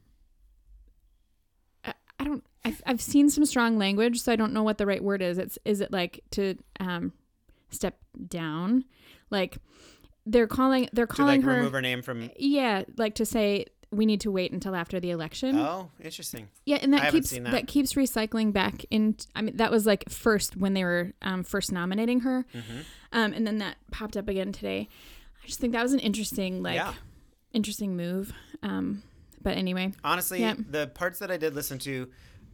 [SPEAKER 3] I, I don't. I've, I've seen some strong language, so I don't know what the right word is. It's is it like to um, step down, like they're calling they're
[SPEAKER 1] To
[SPEAKER 3] calling
[SPEAKER 1] like
[SPEAKER 3] her,
[SPEAKER 1] remove her name from.
[SPEAKER 3] yeah, like to say we need to wait until after the election.
[SPEAKER 1] Oh, interesting.
[SPEAKER 3] Yeah, and
[SPEAKER 1] I
[SPEAKER 3] that
[SPEAKER 1] haven't
[SPEAKER 3] keeps
[SPEAKER 1] seen
[SPEAKER 3] that.
[SPEAKER 1] that.
[SPEAKER 3] keeps recycling back in. I mean, that was like first when they were um, first nominating her,
[SPEAKER 1] Mm-hmm.
[SPEAKER 3] um, and then that popped up again today. I just think that was an interesting, like,
[SPEAKER 1] Yeah.
[SPEAKER 3] interesting move. Um, but anyway,
[SPEAKER 1] Honestly,
[SPEAKER 3] Yep.
[SPEAKER 1] the parts that I did listen to,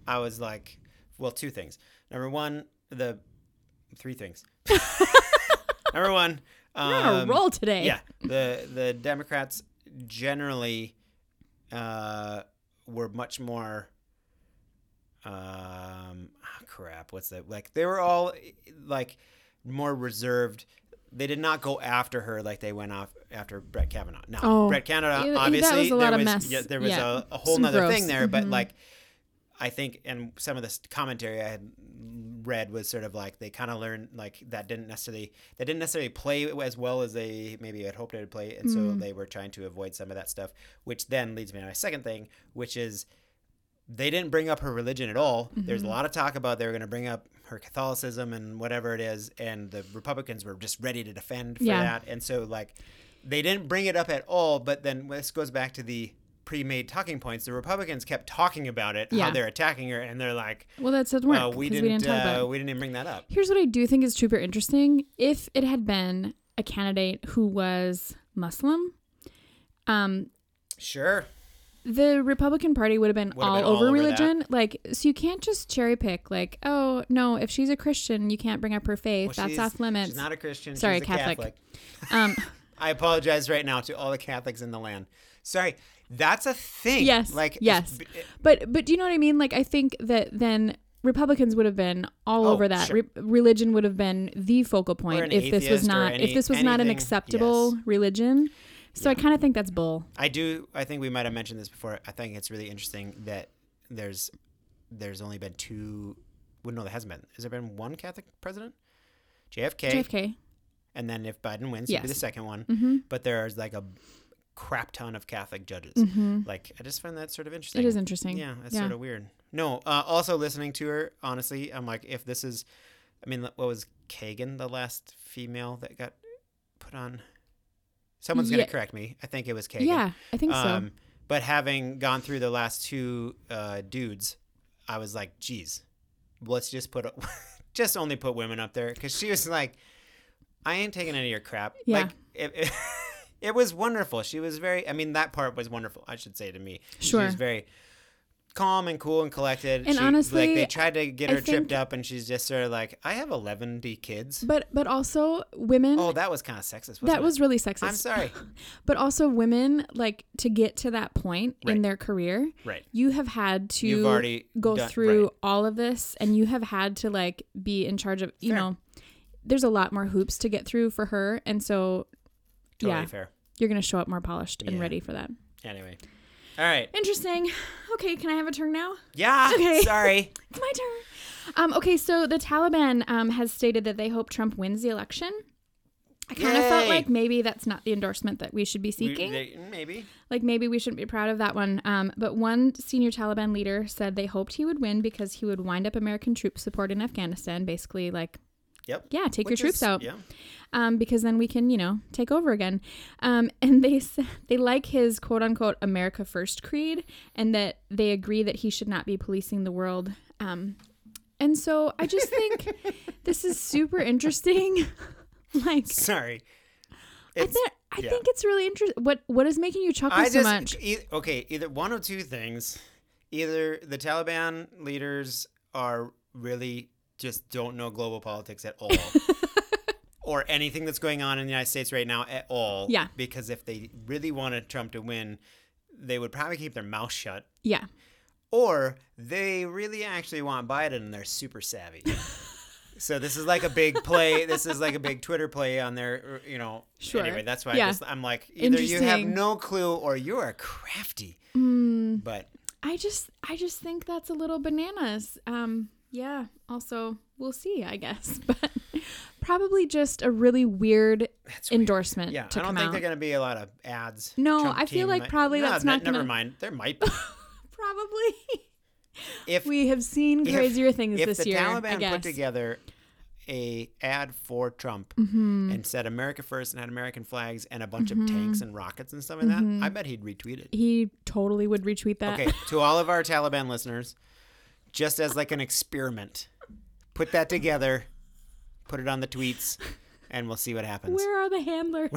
[SPEAKER 1] I was like, well, two things. Number one, the three
[SPEAKER 3] [laughs]
[SPEAKER 1] things. Number one, um,
[SPEAKER 3] we're on a roll today.
[SPEAKER 1] Yeah, the the Democrats generally uh, were much more. Um, ah, crap. What's that? Like they were all like more reserved. They did not go after her like they went off after Brett Kavanaugh. Now,
[SPEAKER 3] Oh.
[SPEAKER 1] Brett Kavanaugh,
[SPEAKER 3] Yeah, that
[SPEAKER 1] obviously,
[SPEAKER 3] was a lot
[SPEAKER 1] there
[SPEAKER 3] of
[SPEAKER 1] was
[SPEAKER 3] mess.
[SPEAKER 1] Yeah, there was
[SPEAKER 3] Yeah.
[SPEAKER 1] a, a whole
[SPEAKER 3] Some
[SPEAKER 1] nother
[SPEAKER 3] gross.
[SPEAKER 1] thing there, but
[SPEAKER 3] Mhm.
[SPEAKER 1] like I think, and some of this commentary I had read was sort of like they kind of learned like that didn't necessarily that didn't necessarily play as well as they maybe had hoped it would play, and so
[SPEAKER 3] Mm-hmm.
[SPEAKER 1] they were trying to avoid some of that stuff, which then leads me to my second thing, which is they didn't bring up her religion at all. There's a
[SPEAKER 3] Mm-hmm.
[SPEAKER 1] lot of talk about they were going to bring up her Catholicism and whatever it is, and the Republicans were just ready to defend for
[SPEAKER 3] Yeah.
[SPEAKER 1] that, and so like they didn't bring it up at all. But then this goes back to the pre-made talking points. The Republicans kept talking about it,
[SPEAKER 3] Yeah.
[SPEAKER 1] how they're attacking her, and they're like,
[SPEAKER 3] Well, that doesn't work
[SPEAKER 1] "Well, we
[SPEAKER 3] because
[SPEAKER 1] didn't,
[SPEAKER 3] we didn't talk about
[SPEAKER 1] uh,
[SPEAKER 3] it.
[SPEAKER 1] we didn't even bring that up."
[SPEAKER 3] Here's what I do think is super interesting. If it had been a candidate who was Muslim, um,
[SPEAKER 1] Sure,
[SPEAKER 3] the Republican Party would have been
[SPEAKER 1] Would have
[SPEAKER 3] all
[SPEAKER 1] been all
[SPEAKER 3] over
[SPEAKER 1] over
[SPEAKER 3] religion. Like, so you can't just cherry pick. Like, oh no, if she's a Christian, you can't bring up her faith.
[SPEAKER 1] Well,
[SPEAKER 3] That's
[SPEAKER 1] she's-
[SPEAKER 3] off limits.
[SPEAKER 1] She's not a Christian.
[SPEAKER 3] Sorry,
[SPEAKER 1] she's a
[SPEAKER 3] Catholic.
[SPEAKER 1] Catholic. [laughs]
[SPEAKER 3] um,
[SPEAKER 1] I apologize right now to all the Catholics in the land. Sorry, that's a thing.
[SPEAKER 3] yes,
[SPEAKER 1] like it's
[SPEAKER 3] yes.
[SPEAKER 1] b-
[SPEAKER 3] but but do you know what I mean? Like, I think that then Republicans would have been all
[SPEAKER 1] Oh,
[SPEAKER 3] over that.
[SPEAKER 1] sure.
[SPEAKER 3] Re- religion would have been the focal point
[SPEAKER 1] an
[SPEAKER 3] if this
[SPEAKER 1] atheist
[SPEAKER 3] was
[SPEAKER 1] or
[SPEAKER 3] not if
[SPEAKER 1] any-
[SPEAKER 3] this was not an
[SPEAKER 1] anything,
[SPEAKER 3] acceptable religion. So I kind of think that's bull.
[SPEAKER 1] I do. I think we might have mentioned this before. I think it's really interesting that there's there's only been two. Well, no, there hasn't been. Has there been one Catholic president? JFK,
[SPEAKER 3] JFK.
[SPEAKER 1] and then if Biden wins, he'll be the
[SPEAKER 3] Yes.
[SPEAKER 1] second one.
[SPEAKER 3] Mm-hmm.
[SPEAKER 1] But there's like a crap ton of Catholic judges.
[SPEAKER 3] Mm-hmm.
[SPEAKER 1] Like I just find that sort of interesting.
[SPEAKER 3] It is interesting.
[SPEAKER 1] Yeah, that's
[SPEAKER 3] Yeah.
[SPEAKER 1] sort of weird. No, uh, also listening to her, honestly, I'm like, if this is, I mean, what was Kagan, the last female that got put on? Someone's
[SPEAKER 3] Yeah.
[SPEAKER 1] gonna correct me. I think it was Kagan.
[SPEAKER 3] Yeah, I think so.
[SPEAKER 1] Um, but having gone through the last two uh, dudes, I was like, geez, let's just put, [laughs] just only put women up there because she was like, I ain't taking any of your crap.
[SPEAKER 3] Yeah.
[SPEAKER 1] Like, it, it, [laughs] it was wonderful. She was very. I mean, that part was wonderful. I should say to me, she
[SPEAKER 3] Sure.
[SPEAKER 1] was very calm and cool and collected.
[SPEAKER 3] And
[SPEAKER 1] She-
[SPEAKER 3] honestly,
[SPEAKER 1] like they tried to get
[SPEAKER 3] I
[SPEAKER 1] her tripped
[SPEAKER 3] think-
[SPEAKER 1] up, and she's just sort of like, I have eleven D kids.
[SPEAKER 3] But but also women.
[SPEAKER 1] Oh, that was kind of sexist. Wasn't
[SPEAKER 3] that was
[SPEAKER 1] It?
[SPEAKER 3] really sexist.
[SPEAKER 1] I'm
[SPEAKER 3] [laughs]
[SPEAKER 1] sorry.
[SPEAKER 3] But also women like to get to that point in
[SPEAKER 1] Right.
[SPEAKER 3] their career.
[SPEAKER 1] Right.
[SPEAKER 3] You have had to
[SPEAKER 1] You've already
[SPEAKER 3] go
[SPEAKER 1] done-
[SPEAKER 3] through
[SPEAKER 1] right.
[SPEAKER 3] all of this and you have had to like be in charge of, you
[SPEAKER 1] Fair.
[SPEAKER 3] know, there's a lot more hoops to get through for her and so
[SPEAKER 1] Totally
[SPEAKER 3] yeah,
[SPEAKER 1] fair.
[SPEAKER 3] you're going to show up more polished and
[SPEAKER 1] Yeah.
[SPEAKER 3] ready for that.
[SPEAKER 1] Anyway, All right.
[SPEAKER 3] Interesting. Okay, can I have a turn now?
[SPEAKER 1] Yeah.
[SPEAKER 3] [laughs] Okay.
[SPEAKER 1] Sorry.
[SPEAKER 3] It's my turn. Um, okay, so the Taliban um, has stated that they hope Trump wins the election. I kind of felt
[SPEAKER 1] Yay.
[SPEAKER 3] like maybe that's not the endorsement that we should be
[SPEAKER 1] We-
[SPEAKER 3] seeking.
[SPEAKER 1] they- maybe.
[SPEAKER 3] like maybe we shouldn't be proud of that one. Um, but one senior Taliban leader said they hoped he would win because he would wind up American troop support in Afghanistan. Basically, like
[SPEAKER 1] Yep.
[SPEAKER 3] yeah, take
[SPEAKER 1] Which
[SPEAKER 3] your troops
[SPEAKER 1] is-
[SPEAKER 3] out
[SPEAKER 1] Yeah.
[SPEAKER 3] um, because then we can, you know, take over again. Um, [laughs] and they s- they like his quote unquote America First creed, and that they agree that he should not be policing the world. Um, and so I
[SPEAKER 1] [laughs]
[SPEAKER 3] just think this is super interesting. [laughs] like
[SPEAKER 1] Sorry.
[SPEAKER 3] I,
[SPEAKER 1] It's-
[SPEAKER 3] thi- I
[SPEAKER 1] yeah.
[SPEAKER 3] think it's really interesting. What what is making you chuckle
[SPEAKER 1] I
[SPEAKER 3] so
[SPEAKER 1] just
[SPEAKER 3] much?
[SPEAKER 1] e- okay. Either one of two things: either the Taliban leaders are really just don't know global politics at
[SPEAKER 3] [laughs]
[SPEAKER 1] all, or anything that's going on in the United States right now at all.
[SPEAKER 3] Yeah.
[SPEAKER 1] Because if they really wanted Trump to win, they would probably keep their mouth shut,
[SPEAKER 3] Yeah,
[SPEAKER 1] or they really actually want Biden and they're super
[SPEAKER 3] [laughs]
[SPEAKER 1] savvy. So this is like a big play. This is like a big Twitter play on their, uh, you know.
[SPEAKER 3] Sure.
[SPEAKER 1] Anyway, that's why
[SPEAKER 3] Yeah.
[SPEAKER 1] I just, I'm like, either you have
[SPEAKER 3] Interesting. Hmm.
[SPEAKER 1] no clue or you are crafty. But
[SPEAKER 3] I just I just think that's a little bananas. Um, yeah. Also, we'll see. I guess, [laughs] but probably just a really weird endorsement
[SPEAKER 1] yeah,
[SPEAKER 3] to
[SPEAKER 1] I don't
[SPEAKER 3] come
[SPEAKER 1] think
[SPEAKER 3] out.
[SPEAKER 1] there are going to be a lot of ads.
[SPEAKER 3] No, I
[SPEAKER 1] team
[SPEAKER 3] feel like probably
[SPEAKER 1] No,
[SPEAKER 3] that's
[SPEAKER 1] ne-
[SPEAKER 3] not
[SPEAKER 1] Never
[SPEAKER 3] gonna-
[SPEAKER 1] mind. There might
[SPEAKER 3] [laughs]
[SPEAKER 1] be.
[SPEAKER 3] Probably. [laughs]
[SPEAKER 1] If
[SPEAKER 3] we have seen
[SPEAKER 1] If-
[SPEAKER 3] crazier things
[SPEAKER 1] if
[SPEAKER 3] this
[SPEAKER 1] the
[SPEAKER 3] year. I
[SPEAKER 1] Taliban
[SPEAKER 3] guess.
[SPEAKER 1] put together a ad for Trump
[SPEAKER 3] Mm-hmm.
[SPEAKER 1] and said America first and had American flags and a bunch of tanks and rockets and stuff like
[SPEAKER 3] Mm-hmm.
[SPEAKER 1] that, I bet he'd retweet it.
[SPEAKER 3] He totally would retweet that.
[SPEAKER 1] Okay, to all of our Taliban listeners, just as like an experiment, put that together, put it on the tweets, and we'll see what happens.
[SPEAKER 3] [laughs] Where are
[SPEAKER 1] [laughs]
[SPEAKER 3] the handlers?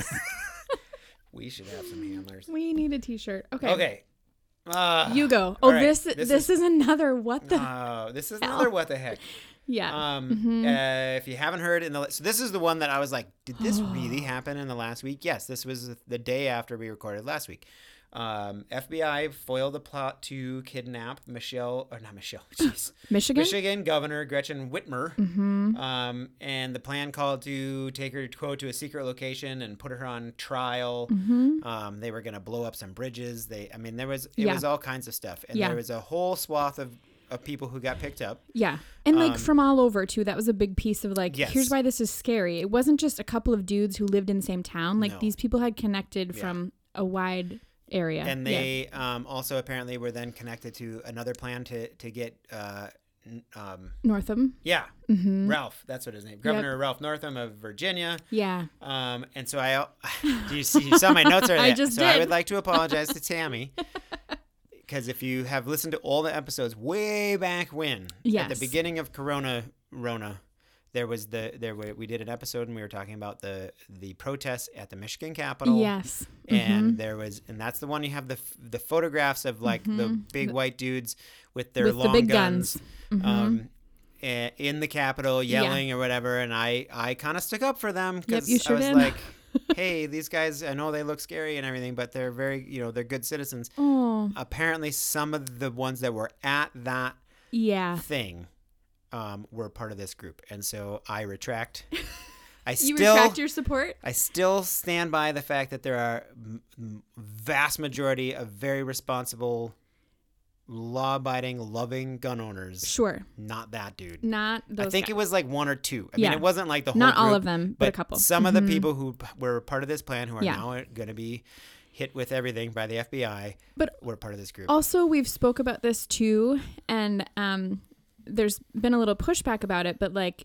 [SPEAKER 1] we should have some handlers.
[SPEAKER 3] we need a T-shirt. Okay.
[SPEAKER 1] Okay. Uh,
[SPEAKER 3] You go.
[SPEAKER 1] All
[SPEAKER 3] Oh,
[SPEAKER 1] right,
[SPEAKER 3] this
[SPEAKER 1] this
[SPEAKER 3] this,
[SPEAKER 1] is-
[SPEAKER 3] is, another what the
[SPEAKER 1] Oh, this is another what the heck.
[SPEAKER 3] yeah.
[SPEAKER 1] Um,
[SPEAKER 3] Mm-hmm.
[SPEAKER 1] uh, if you haven't heard in the so this is the one that I was like, did
[SPEAKER 3] [gasps]
[SPEAKER 1] this really happen in the last week? Yes, this was the day after we recorded last week. Um, FBI foiled the plot to kidnap Michelle or not Michelle, [laughs]
[SPEAKER 3] [laughs]
[SPEAKER 1] jeez,
[SPEAKER 3] Michigan?
[SPEAKER 1] Governor Gretchen Whitmer.
[SPEAKER 3] Mm-hmm.
[SPEAKER 1] Um, and the plan called to take her quote to a secret location and put her on trial. Um, they were going to blow up some bridges. They, I mean, there was it
[SPEAKER 3] Mm-hmm. Yeah.
[SPEAKER 1] was all kinds of stuff, and
[SPEAKER 3] Yeah.
[SPEAKER 1] there was a whole swath of of people who got picked up.
[SPEAKER 3] Yeah. And like from all over too. That was a big piece of like
[SPEAKER 1] Um, Yes.
[SPEAKER 3] here's why this is scary. It wasn't just a couple of dudes who lived in the same town. Like
[SPEAKER 1] No.
[SPEAKER 3] these people had connected from a wide area.
[SPEAKER 1] and
[SPEAKER 3] Yeah.
[SPEAKER 1] they um, also apparently were then connected to another plan to to get uh, n- um,
[SPEAKER 3] Northam.
[SPEAKER 1] yeah
[SPEAKER 3] Mm-hmm.
[SPEAKER 1] Ralph that's what his name Governor Ralph Northam of Virginia
[SPEAKER 3] Yeah.
[SPEAKER 1] um, and so
[SPEAKER 3] [laughs]
[SPEAKER 1] I [laughs] do you see you saw my notes are
[SPEAKER 3] I
[SPEAKER 1] there.
[SPEAKER 3] just
[SPEAKER 1] so I
[SPEAKER 3] did.
[SPEAKER 1] would like to apologize to
[SPEAKER 3] [laughs]
[SPEAKER 1] Tammy because if you have listened to all the episodes way back when at the
[SPEAKER 3] Yes.
[SPEAKER 1] beginning of Corona Rona there was the there were, we did an episode and we were talking about the the protests at the Michigan Capitol
[SPEAKER 3] Yes.
[SPEAKER 1] and there was and that's the one you have the f- the photographs of like the big white dudes with their
[SPEAKER 3] Mm-hmm. With the
[SPEAKER 1] long
[SPEAKER 3] big Mm-hmm.
[SPEAKER 1] guns, um eh, in the Capitol yelling or whatever, and I I kind of stuck up for them because
[SPEAKER 3] you sure
[SPEAKER 1] I was
[SPEAKER 3] did. [laughs]
[SPEAKER 1] like, hey, these guys, I know they look scary and everything, but they're very you know they're good citizens.
[SPEAKER 3] Oh.
[SPEAKER 1] Apparently, some of the ones that were at that
[SPEAKER 3] Yeah.
[SPEAKER 1] thing um, were part of this group, and so I
[SPEAKER 3] [laughs]
[SPEAKER 1] retract. I
[SPEAKER 3] You
[SPEAKER 1] still
[SPEAKER 3] retract your support?
[SPEAKER 1] I still stand by the fact that there are m- m- vast majority of very responsible, law-abiding, loving gun owners.
[SPEAKER 3] Sure.
[SPEAKER 1] Not that dude.
[SPEAKER 3] Not those
[SPEAKER 1] I think
[SPEAKER 3] guys.
[SPEAKER 1] it was like one or two. I
[SPEAKER 3] Yeah.
[SPEAKER 1] mean, it wasn't like the whole
[SPEAKER 3] Not all
[SPEAKER 1] group,
[SPEAKER 3] of them, but a couple. Mm-hmm.
[SPEAKER 1] Some of the people who p- were part of this plan, who are
[SPEAKER 3] Yeah.
[SPEAKER 1] now going to be hit with everything by the FBI,
[SPEAKER 3] But
[SPEAKER 1] were part of this group.
[SPEAKER 3] also we've spoke about this too and um there's been a little pushback about it but like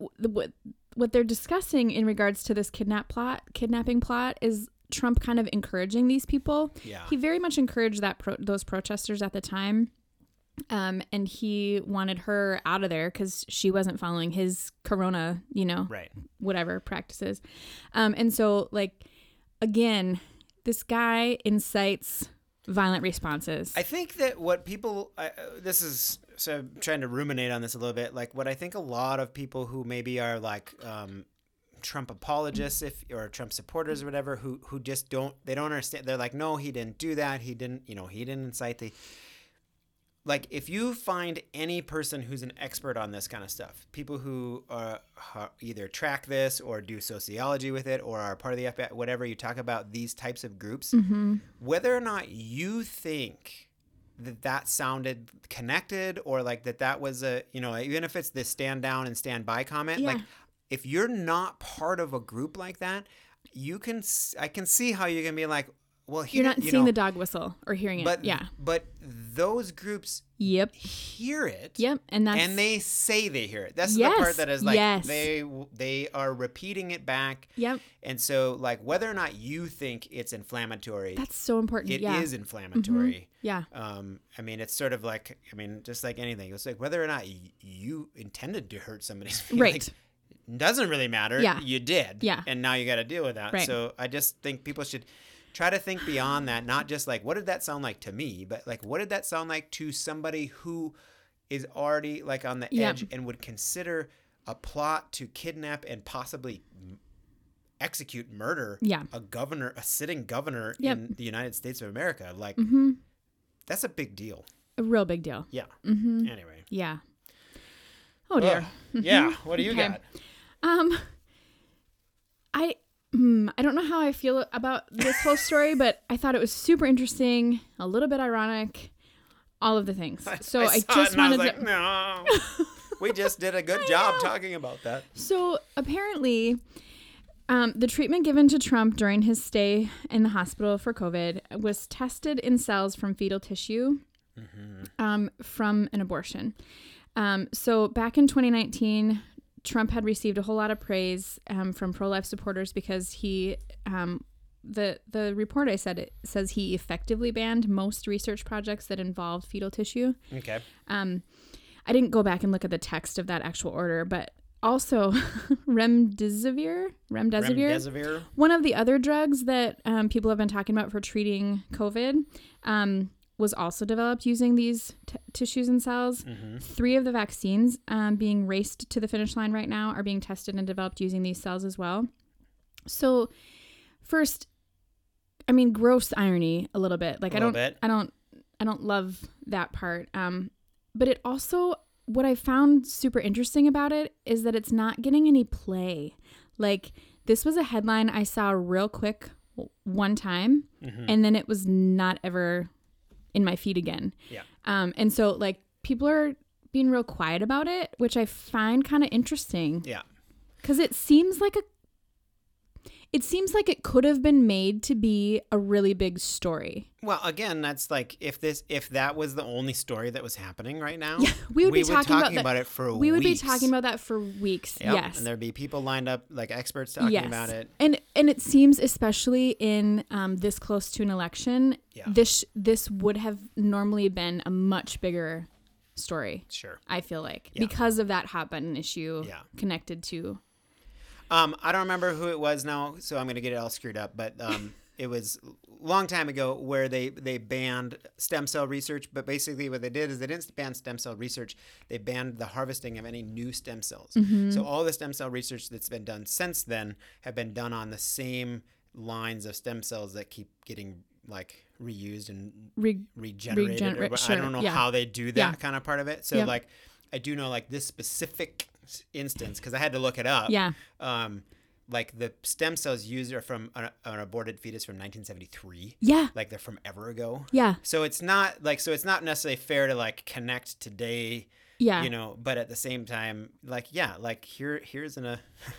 [SPEAKER 3] w- the- what what they're discussing in regards to this kidnap plot kidnapping plot is Trump kind of encouraging these people
[SPEAKER 1] yeah.
[SPEAKER 3] he very much encouraged that pro- those protesters at the time um and he wanted her out of there cuz she wasn't following his corona you know
[SPEAKER 1] right.
[SPEAKER 3] whatever practices. Um, and so, like, again, this guy incites violent responses.
[SPEAKER 1] I think that what people, I- uh, this is, so I'm trying to ruminate on this a little bit. Like, what I think a lot of people who maybe are like um, Trump apologists, if or Trump supporters or whatever, who who just don't, they don't understand. They're like, no, he didn't do that. He didn't, you know, he didn't incite the. like if you find any person who's an expert on this kind of stuff people who uh, ha- either track this or do sociology with it or are part of the FBI, whatever you talk about these types of groups
[SPEAKER 3] Mm-hmm.
[SPEAKER 1] whether or not you think that that sounded connected or like that that was a you know even if it's this stand down and stand by comment like
[SPEAKER 3] Yeah.
[SPEAKER 1] if you're not part of a group like that you can s- i can see how you can be like well he
[SPEAKER 3] You're
[SPEAKER 1] didn't-
[SPEAKER 3] not
[SPEAKER 1] you
[SPEAKER 3] seeing
[SPEAKER 1] know,
[SPEAKER 3] the dog whistle or hearing it.
[SPEAKER 1] but
[SPEAKER 3] yeah.
[SPEAKER 1] but those groups
[SPEAKER 3] Yep.
[SPEAKER 1] hear it
[SPEAKER 3] Yep. And that's
[SPEAKER 1] and they say they hear it that's the part
[SPEAKER 3] Yes,
[SPEAKER 1] that is like
[SPEAKER 3] yes.
[SPEAKER 1] they they are repeating it back
[SPEAKER 3] Yep.
[SPEAKER 1] and so like whether or not you think it's inflammatory it is
[SPEAKER 3] That's so important. yeah. Mm-hmm.
[SPEAKER 1] inflammatory
[SPEAKER 3] Yeah.
[SPEAKER 1] um i mean it's sort of like i mean just like anything it's like whether or not y- you intended to hurt somebody's [laughs] feelings
[SPEAKER 3] Right.
[SPEAKER 1] doesn't really matter
[SPEAKER 3] Yeah.
[SPEAKER 1] you did
[SPEAKER 3] Yeah.
[SPEAKER 1] and now you got to deal with that
[SPEAKER 3] Right.
[SPEAKER 1] so i just think people should try to think beyond that not just like what did that sound like to me but like what did that sound like to somebody who is already like on the
[SPEAKER 3] Yeah.
[SPEAKER 1] edge and would consider a plot to kidnap and possibly m- execute murder
[SPEAKER 3] Yeah.
[SPEAKER 1] a governor a sitting governor
[SPEAKER 3] Yep. Mm-hmm.
[SPEAKER 1] in the united states of america like that's a big deal
[SPEAKER 3] A real big deal.
[SPEAKER 1] yeah anyway
[SPEAKER 3] Yeah. Mm-hmm. Oh dear.
[SPEAKER 1] Ugh.
[SPEAKER 3] [laughs]
[SPEAKER 1] yeah what do you
[SPEAKER 3] Okay.
[SPEAKER 1] got
[SPEAKER 3] Um, I mm, I don't know how I feel about this whole story, [laughs] but I thought it was super interesting, a little bit ironic, all of the things. [laughs] So I,
[SPEAKER 1] saw
[SPEAKER 3] just
[SPEAKER 1] it and
[SPEAKER 3] wanted
[SPEAKER 1] I was
[SPEAKER 3] to.
[SPEAKER 1] like,
[SPEAKER 3] [laughs]
[SPEAKER 1] no. we just did a good job talking about that.
[SPEAKER 3] So apparently, um, the treatment given to Trump during his stay in the hospital for COVID was tested in cells from fetal tissue um, from an abortion. Um, so back in 2019, Trump had received a whole lot of praise um, from pro-life supporters because he, um, the the report I said it says he effectively banned most research projects that involved fetal tissue.
[SPEAKER 1] Okay.
[SPEAKER 3] Um, I didn't go back and look at the text of that actual order, but also [laughs] remdesivir, remdesivir,
[SPEAKER 1] Remdesivir.
[SPEAKER 3] one of the other drugs that um, people have been talking about for treating COVID, um, was also developed using these t- tissues and cells. Three of the vaccines um, being raced to the finish line right now are being tested and developed using these cells as well. So, first, I mean, gross irony a little bit. Like I
[SPEAKER 1] Little
[SPEAKER 3] don't,
[SPEAKER 1] bit.
[SPEAKER 3] I don't, I don't love that part. Um, but it also what I found super interesting about it is that it's not getting any play. Like this was a headline I saw real quick w- one time,
[SPEAKER 1] Mm-hmm.
[SPEAKER 3] and then it was not ever in my feed again.
[SPEAKER 1] Yeah.
[SPEAKER 3] Um, and so like people are being real quiet about it, which I find kind of interesting
[SPEAKER 1] Yeah.
[SPEAKER 3] because it seems like a it seems like it could have been made to be a really big story.
[SPEAKER 1] Well, again, that's like if this if that was the only story that was happening right now,
[SPEAKER 3] [laughs] we would be talking about that-
[SPEAKER 1] it for
[SPEAKER 3] we would
[SPEAKER 1] weeks.
[SPEAKER 3] be talking about that for weeks.
[SPEAKER 1] Yep,
[SPEAKER 3] Yes.
[SPEAKER 1] and there'd be people lined up like experts talking
[SPEAKER 3] yes.
[SPEAKER 1] about it.
[SPEAKER 3] And and it seems especially in um, this close to an election,
[SPEAKER 1] Yeah.
[SPEAKER 3] this this would have normally been a much bigger story.
[SPEAKER 1] Sure.
[SPEAKER 3] I feel like
[SPEAKER 1] Yeah.
[SPEAKER 3] because of that hot button issue
[SPEAKER 1] Yeah.
[SPEAKER 3] connected to
[SPEAKER 1] Um, I don't remember who it was now, so I'm gonna get it all screwed up. But
[SPEAKER 3] [laughs]
[SPEAKER 1] um, it was a long time ago where they they banned stem cell research. But basically, what they did is they didn't ban stem cell research; they banned the harvesting of any new stem cells.
[SPEAKER 3] Mm-hmm.
[SPEAKER 1] So all the stem cell research that's been done since then have been done on the same lines of stem cells that keep getting like reused and
[SPEAKER 3] re-
[SPEAKER 1] regenerated. or
[SPEAKER 3] Regenerate-
[SPEAKER 1] what-
[SPEAKER 3] sure,
[SPEAKER 1] I don't know
[SPEAKER 3] yeah.
[SPEAKER 1] how they do that
[SPEAKER 3] Yeah.
[SPEAKER 1] kind of part of it. So
[SPEAKER 3] Yep.
[SPEAKER 1] like, I do know like this specific s- instance because I had to look it up.
[SPEAKER 3] Yeah.
[SPEAKER 1] Um, like the stem cells used are from an, an aborted fetus from 1973.
[SPEAKER 3] yeah
[SPEAKER 1] Like they're from ever ago.
[SPEAKER 3] yeah
[SPEAKER 1] So it's not like so it's not necessarily fair to like connect today.
[SPEAKER 3] yeah
[SPEAKER 1] You know, but at the same time, like yeah, like here here's an a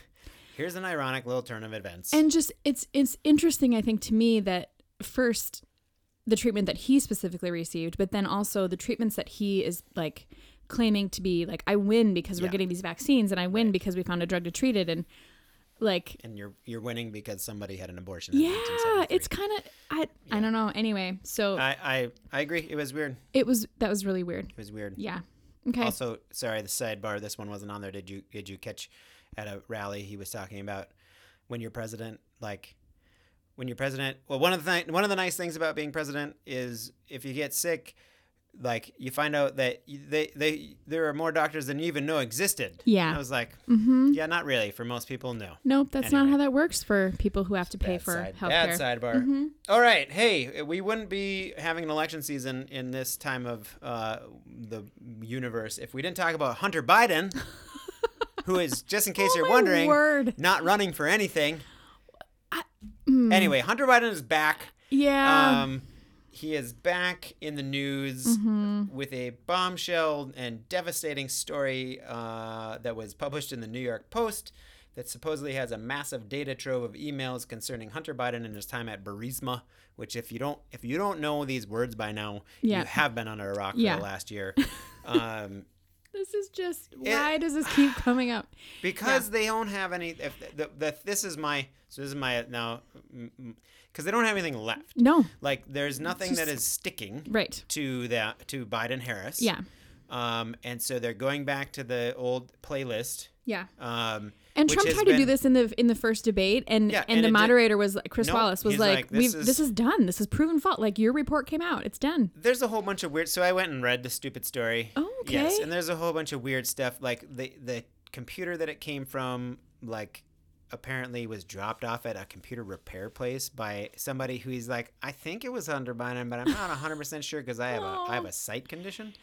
[SPEAKER 1] [laughs] here's an ironic little turn of events.
[SPEAKER 3] and just it's it's interesting i think to me that first the treatment that he specifically received but then also the treatments that he is like claiming to be like i win because
[SPEAKER 1] Yeah.
[SPEAKER 3] we're getting these vaccines and i win because we found a drug to treat it and like
[SPEAKER 1] And you're you're winning because somebody had an abortion. in
[SPEAKER 3] yeah
[SPEAKER 1] 1973.
[SPEAKER 3] it's kind of i i don't know anyway so
[SPEAKER 1] Uh, I, I I agree. It was weird.
[SPEAKER 3] it was that was really weird
[SPEAKER 1] It was weird.
[SPEAKER 3] yeah okay
[SPEAKER 1] Also, sorry, the sidebar. This one wasn't on there. Did you did you catch at a rally he was talking about when you're president, like when you're president? Well, one of the thi- one of the nice things about being president is if you get sick, like you find out that y- they they there are more doctors than you even know existed.
[SPEAKER 3] Yeah.
[SPEAKER 1] And I was like,
[SPEAKER 3] Mm-hmm.
[SPEAKER 1] yeah, not really. For most people, no.
[SPEAKER 3] Nope, that's not
[SPEAKER 1] Anyway.
[SPEAKER 3] how that works for people who have to pay
[SPEAKER 1] Bad
[SPEAKER 3] for
[SPEAKER 1] side-
[SPEAKER 3] healthcare. Mm-hmm.
[SPEAKER 1] Bad sidebar. All right, hey, we wouldn't be having an election season in this time of uh, the universe if we didn't talk about Hunter
[SPEAKER 3] [laughs]
[SPEAKER 1] Biden, who is just in case
[SPEAKER 3] Oh
[SPEAKER 1] you're
[SPEAKER 3] my
[SPEAKER 1] wondering,
[SPEAKER 3] word.
[SPEAKER 1] not running for anything.
[SPEAKER 3] Mm.
[SPEAKER 1] Anyway, Hunter Biden is back.
[SPEAKER 3] Yeah.
[SPEAKER 1] Um, he is back in the news
[SPEAKER 3] Mm-hmm.
[SPEAKER 1] with a bombshell and devastating story uh, that was published in the New York Post that supposedly has a massive data trove of emails concerning Hunter Biden and his time at Burisma. Which, if you don't, if you don't know these words by now,
[SPEAKER 3] Yeah.
[SPEAKER 1] you have been under a rock
[SPEAKER 3] Yeah.
[SPEAKER 1] for the last
[SPEAKER 3] [laughs]
[SPEAKER 1] year. Um,
[SPEAKER 3] this is just why does this
[SPEAKER 1] [sighs]
[SPEAKER 3] keep coming up?
[SPEAKER 1] because they don't have any. If the, the, this is my so this is my now because they don't have anything left.
[SPEAKER 3] No.
[SPEAKER 1] Like there's nothing that is sticking
[SPEAKER 3] Right.
[SPEAKER 1] to that to Biden Harris.
[SPEAKER 3] Yeah.
[SPEAKER 1] Um, and so they're going back to the old playlist.
[SPEAKER 3] Yeah.
[SPEAKER 1] Um,
[SPEAKER 3] And
[SPEAKER 1] which
[SPEAKER 3] Trump
[SPEAKER 1] has
[SPEAKER 3] tried to do
[SPEAKER 1] been-
[SPEAKER 3] this in the in the first debate, and
[SPEAKER 1] Yeah,
[SPEAKER 3] and,
[SPEAKER 1] and it
[SPEAKER 3] the
[SPEAKER 1] did-
[SPEAKER 3] moderator was Chris
[SPEAKER 1] Nope,
[SPEAKER 3] Wallace was
[SPEAKER 1] he's
[SPEAKER 3] like,
[SPEAKER 1] like,
[SPEAKER 3] "We've
[SPEAKER 1] this
[SPEAKER 3] this
[SPEAKER 1] is-
[SPEAKER 3] is done. This is proven fault. Like your report came out. It's done."
[SPEAKER 1] There's a whole bunch of weird. So I went and read the stupid story.
[SPEAKER 3] Oh,
[SPEAKER 1] Yes,
[SPEAKER 3] okay.
[SPEAKER 1] and there's a whole bunch of weird stuff like the the computer that it came from, like apparently was dropped off at a computer repair place by somebody who he's like I think it was Hunter Biden, but I'm not 100% sure because I have a I have a sight condition.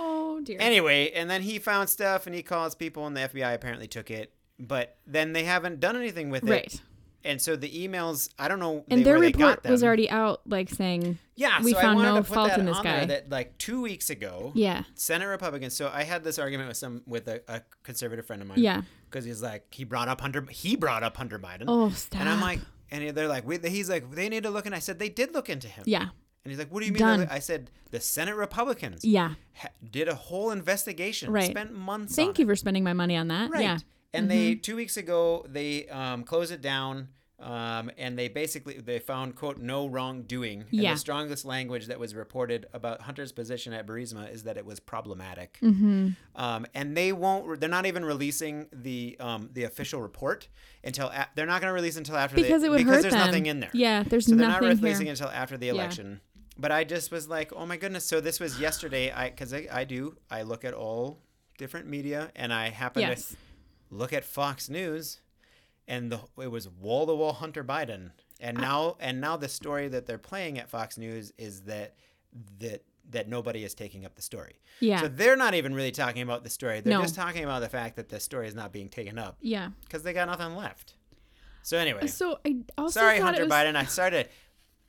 [SPEAKER 3] Oh dear.
[SPEAKER 1] Anyway, and then he found stuff and he calls people and the FBI apparently took it, but then they haven't done anything with it.
[SPEAKER 3] right.
[SPEAKER 1] And so the emails, I don't know.
[SPEAKER 3] And
[SPEAKER 1] they-
[SPEAKER 3] their
[SPEAKER 1] where they
[SPEAKER 3] report
[SPEAKER 1] got them.
[SPEAKER 3] was already out, like saying,
[SPEAKER 1] Yeah,
[SPEAKER 3] we
[SPEAKER 1] so
[SPEAKER 3] found
[SPEAKER 1] I wanted
[SPEAKER 3] no
[SPEAKER 1] to put
[SPEAKER 3] fault
[SPEAKER 1] that
[SPEAKER 3] in this
[SPEAKER 1] on
[SPEAKER 3] guy.
[SPEAKER 1] There that like two weeks ago,
[SPEAKER 3] "Yeah,
[SPEAKER 1] Senate Republicans. So I had this argument with some with a, a conservative friend of mine.
[SPEAKER 3] Yeah.
[SPEAKER 1] because he's like he brought up Hunter. He brought up Hunter Biden.
[SPEAKER 3] oh stop."
[SPEAKER 1] and I'm like, and they're like, we, he's like, they need to look. And I said they did look into him.
[SPEAKER 3] "Yeah,
[SPEAKER 1] and he's like, what do you mean?
[SPEAKER 3] Done.
[SPEAKER 1] they look-" I said the Senate Republicans.
[SPEAKER 3] yeah.
[SPEAKER 1] ha- did a whole investigation.
[SPEAKER 3] Right.
[SPEAKER 1] spent months. on
[SPEAKER 3] Thank
[SPEAKER 1] it.
[SPEAKER 3] you for spending my money on that."
[SPEAKER 1] Right.
[SPEAKER 3] Yeah. Mm-hmm.
[SPEAKER 1] And they two weeks ago they um, closed it down. Um, and they basically they found quote no wrongdoing. And
[SPEAKER 3] Yeah.
[SPEAKER 1] The strongest language that was reported about Hunter's position at Burisma is that it was problematic.
[SPEAKER 3] Mm-hmm.
[SPEAKER 1] Um, and they won't. They're not even releasing the um, the official report until a- they're not going to release until after
[SPEAKER 3] Because
[SPEAKER 1] they,
[SPEAKER 3] it would
[SPEAKER 1] because
[SPEAKER 3] hurt
[SPEAKER 1] there's
[SPEAKER 3] them.
[SPEAKER 1] nothing in there.
[SPEAKER 3] Yeah, there's
[SPEAKER 1] So they're not
[SPEAKER 3] nothing
[SPEAKER 1] releasing
[SPEAKER 3] here.
[SPEAKER 1] it until after the election. But I just was like, oh my goodness. So this was yesterday. I because I, I do I look at all different media, and I happen
[SPEAKER 3] Yes.
[SPEAKER 1] to look at Fox News, and the it was wall to wall Hunter Biden, and now and now the story that they're playing at Fox News is that that that nobody is taking up the story.
[SPEAKER 3] Yeah.
[SPEAKER 1] So they're not even really talking about the story. They're
[SPEAKER 3] No.
[SPEAKER 1] just talking about the fact that the story is not being taken up
[SPEAKER 3] yeah.
[SPEAKER 1] because they got nothing left. So anyway,
[SPEAKER 3] So I also
[SPEAKER 1] sorry,
[SPEAKER 3] thought
[SPEAKER 1] Hunter
[SPEAKER 3] it was,
[SPEAKER 1] Biden. I started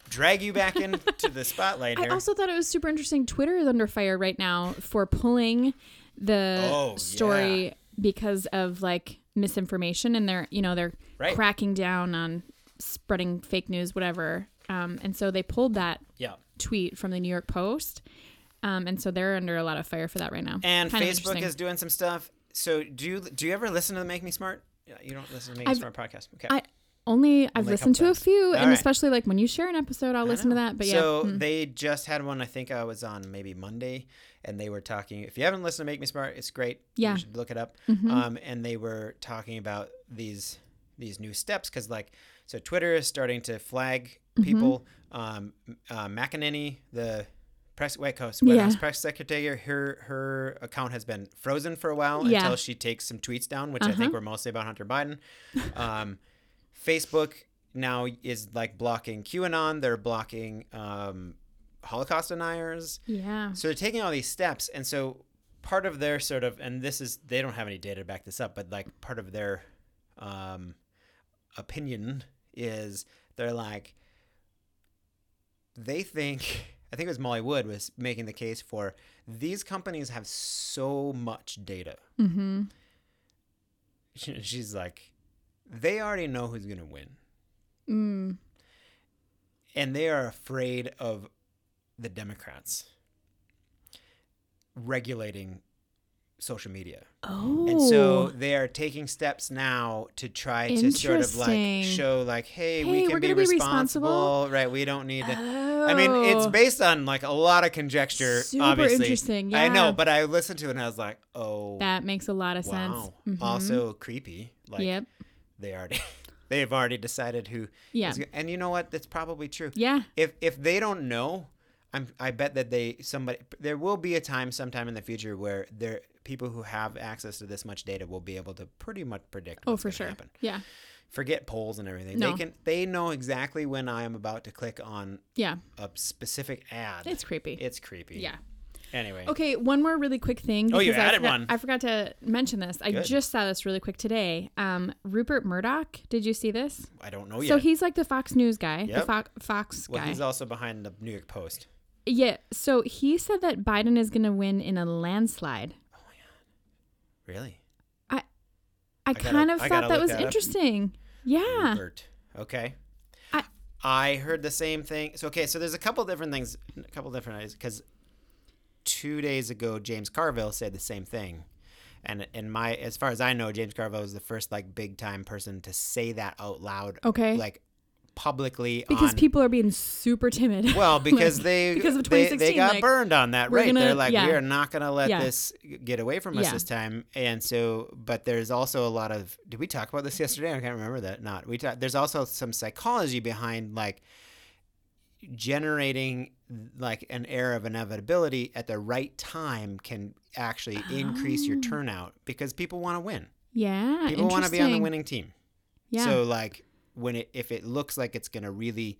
[SPEAKER 1] to drag you back
[SPEAKER 3] [laughs]
[SPEAKER 1] into the spotlight
[SPEAKER 3] I
[SPEAKER 1] here.
[SPEAKER 3] also thought it was super interesting. Twitter is under fire right now for pulling the
[SPEAKER 1] Oh,
[SPEAKER 3] story
[SPEAKER 1] yeah.
[SPEAKER 3] because of like misinformation, and they're you know they're
[SPEAKER 1] Right.
[SPEAKER 3] cracking down on spreading fake news, whatever. Um, and so they pulled that
[SPEAKER 1] yeah.
[SPEAKER 3] tweet from the New York Post, um, and so they're under a lot of fire for that right now.
[SPEAKER 1] And
[SPEAKER 3] Kind of
[SPEAKER 1] Facebook
[SPEAKER 3] interesting.
[SPEAKER 1] is doing some stuff. So do you do you ever listen to the Make Me Smart? Yeah, you don't listen to the Make Me
[SPEAKER 3] I've-
[SPEAKER 1] Smart podcast. Okay.
[SPEAKER 3] I only I've
[SPEAKER 1] Only a
[SPEAKER 3] listened
[SPEAKER 1] couple
[SPEAKER 3] to a
[SPEAKER 1] times.
[SPEAKER 3] few, and
[SPEAKER 1] Alright.
[SPEAKER 3] especially like when you share an episode, I'll listen to that. But yeah,
[SPEAKER 1] So
[SPEAKER 3] mm.
[SPEAKER 1] they just had one. I think I was on maybe Monday, and they were talking. If you haven't listened to Make Me Smart, it's great.
[SPEAKER 3] Yeah. Mm-hmm.
[SPEAKER 1] you should look it up. Um, and they were talking about these these new steps because like so Twitter is starting to flag
[SPEAKER 3] Mm-hmm.
[SPEAKER 1] people. Um, uh, McEnany, the press White House, White
[SPEAKER 3] Yeah.
[SPEAKER 1] House press secretary, her her account has been frozen for a while
[SPEAKER 3] Yeah.
[SPEAKER 1] until she takes some tweets down, which I think were mostly about Hunter Biden. Um, [laughs] Facebook now is like blocking QAnon. They're blocking um, Holocaust deniers.
[SPEAKER 3] yeah,
[SPEAKER 1] So they're taking all these steps, and so part of their sort of and this is they don't have any data to back this up, but like part of their um, opinion is they're like they think I think it was Molly Wood was making the case for these companies have so much data.
[SPEAKER 3] mm-hmm.
[SPEAKER 1] She- She's like, they already know who's gonna win.
[SPEAKER 3] mm.
[SPEAKER 1] and they are afraid of the Democrats regulating social media.
[SPEAKER 3] oh,
[SPEAKER 1] And so they are taking steps now to try to sort of
[SPEAKER 3] Interesting.
[SPEAKER 1] like show like, hey,
[SPEAKER 3] Hey,
[SPEAKER 1] we
[SPEAKER 3] we're
[SPEAKER 1] can be
[SPEAKER 3] gonna be
[SPEAKER 1] responsible.
[SPEAKER 3] responsible.
[SPEAKER 1] Right. We don't need to I mean, it's
[SPEAKER 3] Oh.
[SPEAKER 1] based on like a lot of conjecture.
[SPEAKER 3] Super
[SPEAKER 1] obviously.
[SPEAKER 3] interesting,
[SPEAKER 1] I
[SPEAKER 3] yeah.
[SPEAKER 1] know, but I listened to it and I was like, oh
[SPEAKER 3] that makes a lot of sense.
[SPEAKER 1] wow.
[SPEAKER 3] Mhm.
[SPEAKER 1] Also creepy. Like
[SPEAKER 3] yep.
[SPEAKER 1] they already [laughs] they've already decided who
[SPEAKER 3] Yeah.
[SPEAKER 1] is- and you know what? That's probably true
[SPEAKER 3] Yeah.
[SPEAKER 1] if if they don't know I'm, I bet that they somebody there will be a time sometime in the future where there people who have access to this much data will be able to pretty much predict.
[SPEAKER 3] Oh,
[SPEAKER 1] what's
[SPEAKER 3] for
[SPEAKER 1] gonna
[SPEAKER 3] sure.
[SPEAKER 1] Happen.
[SPEAKER 3] Yeah.
[SPEAKER 1] Forget polls and everything.
[SPEAKER 3] No.
[SPEAKER 1] They can they know exactly when I am about to click on
[SPEAKER 3] Yeah.
[SPEAKER 1] a specific ad.
[SPEAKER 3] It's creepy.
[SPEAKER 1] It's creepy.
[SPEAKER 3] yeah.
[SPEAKER 1] Anyway.
[SPEAKER 3] Okay, one more really quick thing.
[SPEAKER 1] Oh, you
[SPEAKER 3] because I
[SPEAKER 1] added
[SPEAKER 3] forgot,
[SPEAKER 1] one.
[SPEAKER 3] I forgot to mention this. I
[SPEAKER 1] Good.
[SPEAKER 3] just saw this really quick today. Um, Rupert Murdoch. Did you see this?
[SPEAKER 1] I don't know yet.
[SPEAKER 3] So he's like the Fox News guy, the
[SPEAKER 1] Oh, Yep.
[SPEAKER 3] Fox Fox
[SPEAKER 1] well,
[SPEAKER 3] guy.
[SPEAKER 1] he's also behind the New York Post.
[SPEAKER 3] yeah. So he said that Biden is going to win in a landslide.
[SPEAKER 1] Really?
[SPEAKER 3] I,
[SPEAKER 1] gotta-
[SPEAKER 3] kind of
[SPEAKER 1] I gotta
[SPEAKER 3] thought that
[SPEAKER 1] look
[SPEAKER 3] was
[SPEAKER 1] that up.
[SPEAKER 3] interesting. Yeah.
[SPEAKER 1] Rupert. Okay.
[SPEAKER 3] I-
[SPEAKER 1] I heard the same thing. So okay, so there's a couple different things, a couple different ideas because two days ago James Carville said the same thing, and and my as far as I know, James Carville was the first like big time person to say that out loud,
[SPEAKER 3] Okay.
[SPEAKER 1] like publicly
[SPEAKER 3] because
[SPEAKER 1] on-
[SPEAKER 3] people are being super timid.
[SPEAKER 1] Well, because
[SPEAKER 3] [laughs] Like,
[SPEAKER 1] they
[SPEAKER 3] because of
[SPEAKER 1] they,
[SPEAKER 3] 2016,
[SPEAKER 1] they got
[SPEAKER 3] like,
[SPEAKER 1] burned on that,
[SPEAKER 3] we're
[SPEAKER 1] right?
[SPEAKER 3] gonna-
[SPEAKER 1] They're like,
[SPEAKER 3] yeah.
[SPEAKER 1] we are not going to let
[SPEAKER 3] Yeah.
[SPEAKER 1] this get away from us
[SPEAKER 3] Yeah.
[SPEAKER 1] this time. And so, but there's also a lot of. Did we talk about this yesterday? I can't remember that. Not we. Talk, there's also some psychology behind like generating like an air of inevitability at the right time can actually increase your
[SPEAKER 3] Oh.
[SPEAKER 1] turnout because people want to win.
[SPEAKER 3] yeah.
[SPEAKER 1] People want to be on the
[SPEAKER 3] interesting.
[SPEAKER 1] winning team.
[SPEAKER 3] Yeah.
[SPEAKER 1] So like when it if it looks like it's gonna really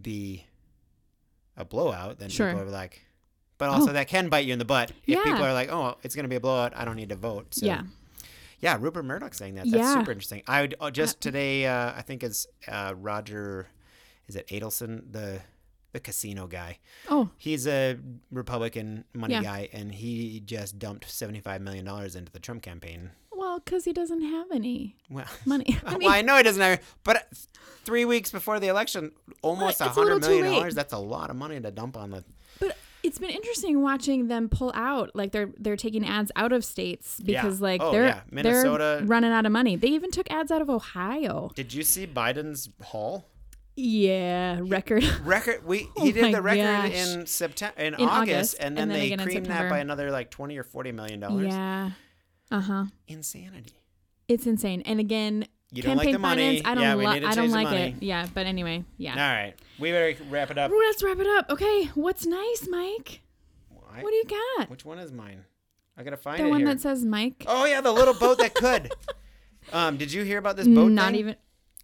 [SPEAKER 1] be a blowout, then
[SPEAKER 3] Sure.
[SPEAKER 1] people are like but also
[SPEAKER 3] Oh.
[SPEAKER 1] that can bite you in the butt if people
[SPEAKER 3] Yeah.
[SPEAKER 1] are like, "Oh, it's going to be a blowout. I don't need to vote." So,
[SPEAKER 3] yeah.
[SPEAKER 1] yeah, Rupert Murdoch saying that. That's
[SPEAKER 3] Yeah.
[SPEAKER 1] super interesting. I would oh, just today uh, I think it's uh, Roger is it Adelson, the the casino guy.
[SPEAKER 3] Oh.
[SPEAKER 1] He's a Republican money
[SPEAKER 3] Yeah.
[SPEAKER 1] guy and he just dumped 75 million dollars into the Trump campaign.
[SPEAKER 3] Well, because he doesn't have any
[SPEAKER 1] Well, [laughs]
[SPEAKER 3] money. [laughs] I mean,
[SPEAKER 1] well, I know he doesn't have, but three weeks before the election, almost
[SPEAKER 3] Well,
[SPEAKER 1] a
[SPEAKER 3] it's a little
[SPEAKER 1] hundred
[SPEAKER 3] too
[SPEAKER 1] million
[SPEAKER 3] late.
[SPEAKER 1] dollars. That's a lot of money to dump on the.
[SPEAKER 3] But it's been interesting watching them pull out. Like they're they're taking ads out of states
[SPEAKER 1] Yeah.
[SPEAKER 3] because like
[SPEAKER 1] Oh,
[SPEAKER 3] they're
[SPEAKER 1] yeah. Minnesota-
[SPEAKER 3] they're running out of money. They even took ads out of Ohio.
[SPEAKER 1] Did you see Biden's haul
[SPEAKER 3] Yeah, record.
[SPEAKER 1] record?
[SPEAKER 3] [laughs]
[SPEAKER 1] We
[SPEAKER 3] Oh
[SPEAKER 1] he did
[SPEAKER 3] my
[SPEAKER 1] the record
[SPEAKER 3] gosh.
[SPEAKER 1] in September, in,
[SPEAKER 3] In August,
[SPEAKER 1] August, and then,
[SPEAKER 3] and then
[SPEAKER 1] they
[SPEAKER 3] again in
[SPEAKER 1] creamed that
[SPEAKER 3] September.
[SPEAKER 1] by another like twenty or forty million dollars.
[SPEAKER 3] [laughs] yeah. Uh huh.
[SPEAKER 1] Insanity.
[SPEAKER 3] It's insane. And again,
[SPEAKER 1] You don't like
[SPEAKER 3] campaign
[SPEAKER 1] the money.
[SPEAKER 3] finance. I don't.
[SPEAKER 1] yeah, we
[SPEAKER 3] lo-
[SPEAKER 1] need to
[SPEAKER 3] I
[SPEAKER 1] change
[SPEAKER 3] don't
[SPEAKER 1] the
[SPEAKER 3] like
[SPEAKER 1] money.
[SPEAKER 3] it. Yeah. But anyway, yeah.
[SPEAKER 1] All right, we better wrap it up.
[SPEAKER 3] Ooh, let's wrap it up. Okay. What's nice, Mike?
[SPEAKER 1] I-
[SPEAKER 3] What do you got?
[SPEAKER 1] which one is mine? I gotta find
[SPEAKER 3] The
[SPEAKER 1] it
[SPEAKER 3] one
[SPEAKER 1] here.
[SPEAKER 3] that says Mike.
[SPEAKER 1] Oh yeah, the little boat that
[SPEAKER 3] [laughs]
[SPEAKER 1] could. Um, did you hear about this boat?
[SPEAKER 3] Not
[SPEAKER 1] thing?
[SPEAKER 3] even.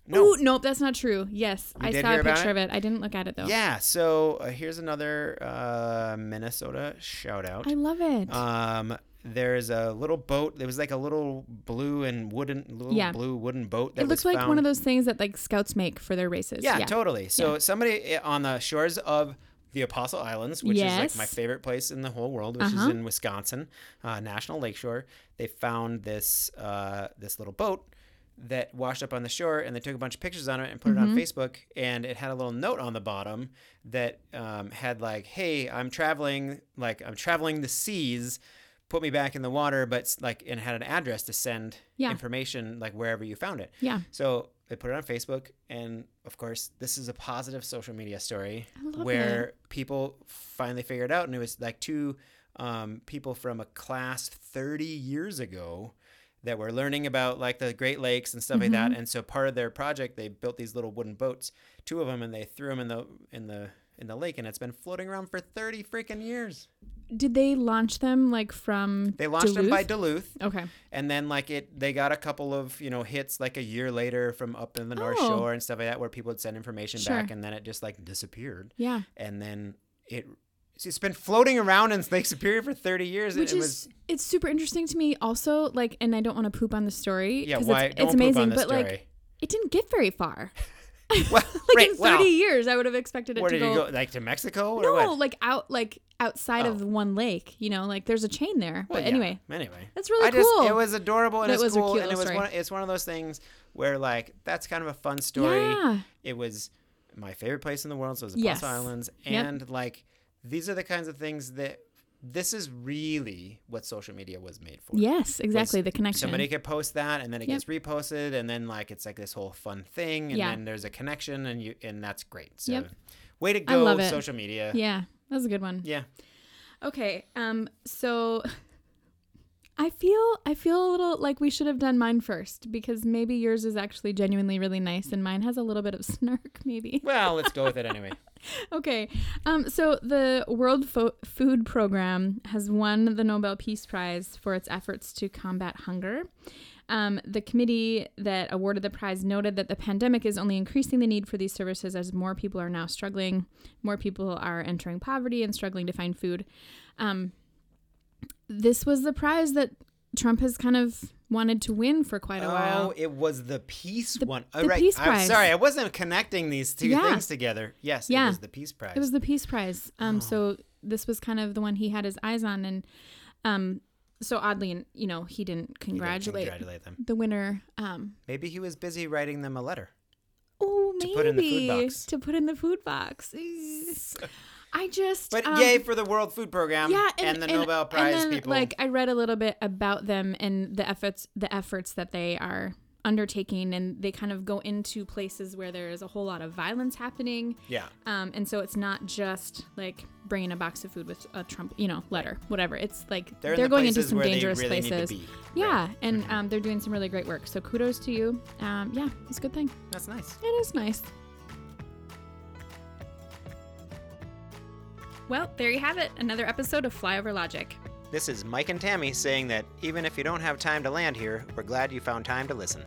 [SPEAKER 1] No.
[SPEAKER 3] Ooh, nope, that's not true. Yes,
[SPEAKER 1] You
[SPEAKER 3] I
[SPEAKER 1] did
[SPEAKER 3] saw
[SPEAKER 1] hear
[SPEAKER 3] a
[SPEAKER 1] about
[SPEAKER 3] picture
[SPEAKER 1] it?
[SPEAKER 3] of it. I didn't look at it though.
[SPEAKER 1] Yeah, so uh, here's another uh, Minnesota shout out.
[SPEAKER 3] I love it.
[SPEAKER 1] Um, there's a little boat. There was like a little blue and wooden, little
[SPEAKER 3] Yeah.
[SPEAKER 1] blue wooden boat. That
[SPEAKER 3] It looks
[SPEAKER 1] was
[SPEAKER 3] like one
[SPEAKER 1] found-
[SPEAKER 3] of those things that like scouts make for their races.
[SPEAKER 1] Yeah, totally. So somebody uh, on the shores of the Apostle Islands, which is like my
[SPEAKER 3] Yes.
[SPEAKER 1] favorite place in the whole world, which is
[SPEAKER 3] Uh-huh.
[SPEAKER 1] in Wisconsin, uh, National Lakeshore, they found this uh, this little boat that washed up on the shore, and they took a bunch of pictures on it and put
[SPEAKER 3] Mm-hmm.
[SPEAKER 1] it on Facebook, and it had a little note on the bottom that um, had like, "Hey, I'm traveling, like I'm traveling the seas." Put me back in the water, but s- like, and had an address to send
[SPEAKER 3] Yeah.
[SPEAKER 1] information like wherever you found it.
[SPEAKER 3] Yeah.
[SPEAKER 1] So they put it on Facebook, and of course, this is a positive social media story
[SPEAKER 3] I love
[SPEAKER 1] where people finally figured out, and it was like two um, people from a class 30 years ago that were learning about like the Great Lakes and stuff like
[SPEAKER 3] Mm-hmm.
[SPEAKER 1] that. And so part of their project, they built these little wooden boats, two of them, and they threw them in the in the in the lake, and it's been floating around for 30 freaking years.
[SPEAKER 3] Did they launch them like from?
[SPEAKER 1] They launched them by
[SPEAKER 3] Duluth?
[SPEAKER 1] Duluth,
[SPEAKER 3] Okay.
[SPEAKER 1] and then like it they got a couple of you know hits like a year later from up in the north
[SPEAKER 3] Oh.
[SPEAKER 1] shore and stuff like that where people would send information
[SPEAKER 3] Sure.
[SPEAKER 1] back and then it just like disappeared
[SPEAKER 3] Yeah.
[SPEAKER 1] and then it it's been floating around in lake superior for 30 years and
[SPEAKER 3] Which
[SPEAKER 1] it
[SPEAKER 3] is it's super interesting to me. Also, like, and I don't want to poop on the story.
[SPEAKER 1] yeah
[SPEAKER 3] 'cause
[SPEAKER 1] why
[SPEAKER 3] It's,
[SPEAKER 1] don't
[SPEAKER 3] it's
[SPEAKER 1] poop
[SPEAKER 3] amazing,
[SPEAKER 1] on this
[SPEAKER 3] but like,
[SPEAKER 1] story.
[SPEAKER 3] it didn't get very far.
[SPEAKER 1] well,
[SPEAKER 3] [laughs] Like
[SPEAKER 1] right,
[SPEAKER 3] in thirty
[SPEAKER 1] well,
[SPEAKER 3] years, I would have expected it
[SPEAKER 1] where
[SPEAKER 3] to
[SPEAKER 1] did
[SPEAKER 3] go.
[SPEAKER 1] you go like to mexico or
[SPEAKER 3] no,
[SPEAKER 1] what
[SPEAKER 3] like out, like outside
[SPEAKER 1] Oh.
[SPEAKER 3] of one lake. You know, like there's a chain there.
[SPEAKER 1] Well,
[SPEAKER 3] but
[SPEAKER 1] yeah,
[SPEAKER 3] anyway,
[SPEAKER 1] anyway
[SPEAKER 3] that's really
[SPEAKER 1] I just,
[SPEAKER 3] cool.
[SPEAKER 1] It was adorable and
[SPEAKER 3] That
[SPEAKER 1] it's
[SPEAKER 3] was a
[SPEAKER 1] cool,
[SPEAKER 3] cute
[SPEAKER 1] and it
[SPEAKER 3] little
[SPEAKER 1] was
[SPEAKER 3] story.
[SPEAKER 1] one. It's one of those things where like that's kind of a fun story.
[SPEAKER 3] Yeah.
[SPEAKER 1] It was my favorite place in the world, so it was the
[SPEAKER 3] Yes.
[SPEAKER 1] Islands,
[SPEAKER 3] Yep.
[SPEAKER 1] and like these are the kinds of things that this is really what social media was made for.
[SPEAKER 3] yes, exactly the connection.
[SPEAKER 1] Somebody could post that, and then it
[SPEAKER 3] Yep.
[SPEAKER 1] gets reposted, and then like it's like this whole fun thing, and
[SPEAKER 3] Yeah.
[SPEAKER 1] then there's a connection, and you and that's great. So,
[SPEAKER 3] Yep.
[SPEAKER 1] way to
[SPEAKER 3] I
[SPEAKER 1] go,
[SPEAKER 3] love it.
[SPEAKER 1] social media.
[SPEAKER 3] yeah, that was a good one.
[SPEAKER 1] Yeah.
[SPEAKER 3] Okay. Um. So, [laughs] I feel I feel a little like we should have done mine first because maybe yours is actually genuinely really nice and mine has a little bit of [laughs] snark. Maybe. [laughs]
[SPEAKER 1] Well, let's go with it anyway.
[SPEAKER 3] Okay. Um, so the World Fo- Food Program has won the Nobel Peace Prize for its efforts to combat hunger. Um, the committee that awarded the prize noted that the pandemic is only increasing the need for these services as more people are now struggling, more people are entering poverty and struggling to find food. Um, this was the prize that Trump has kind of wanted to win for quite a
[SPEAKER 1] Oh,
[SPEAKER 3] while.
[SPEAKER 1] it was the peace one. Oh,
[SPEAKER 3] the
[SPEAKER 1] right.
[SPEAKER 3] Peace
[SPEAKER 1] I'm
[SPEAKER 3] Prize.
[SPEAKER 1] sorry, I wasn't connecting these two
[SPEAKER 3] Yeah.
[SPEAKER 1] things together. Yes, it
[SPEAKER 3] Yeah.
[SPEAKER 1] was the peace prize.
[SPEAKER 3] It was the Peace Prize. Um, so this was kind of the one he had his eyes on, and um, so oddly, you know, he didn't
[SPEAKER 1] You didn't
[SPEAKER 3] congratulate
[SPEAKER 1] Congratulate them.
[SPEAKER 3] the winner. Um,
[SPEAKER 1] Maybe he was busy writing them a letter.
[SPEAKER 3] oh,
[SPEAKER 1] To
[SPEAKER 3] maybe
[SPEAKER 1] put in the food box.
[SPEAKER 3] to put in the food box. [laughs] Eh. I just
[SPEAKER 1] But
[SPEAKER 3] um,
[SPEAKER 1] yay for the World Food Program
[SPEAKER 3] yeah,
[SPEAKER 1] and, the Nobel Prize
[SPEAKER 3] and then,
[SPEAKER 1] people.
[SPEAKER 3] Like I read a little bit about them and the efforts, the efforts that they are undertaking, and they kind of go into places where there is a whole lot of violence happening.
[SPEAKER 1] yeah.
[SPEAKER 3] Um, and so it's not just like bringing a box of food with a Trump, you know, letter, whatever. It's like
[SPEAKER 1] They're
[SPEAKER 3] they're,
[SPEAKER 1] in the
[SPEAKER 3] going into
[SPEAKER 1] places
[SPEAKER 3] some
[SPEAKER 1] where they
[SPEAKER 3] dangerous
[SPEAKER 1] really need to
[SPEAKER 3] places.
[SPEAKER 1] be, Mm-hmm.
[SPEAKER 3] Yeah, and um, they're doing some really great work. So kudos to you. Um, yeah, it's a good thing.
[SPEAKER 1] That's nice.
[SPEAKER 3] It is nice.
[SPEAKER 2] Well, there you have it. Another episode of Flyover Logic.
[SPEAKER 1] This is Mike and Tammy saying that even if you don't have time to land here, we're glad you found time to listen.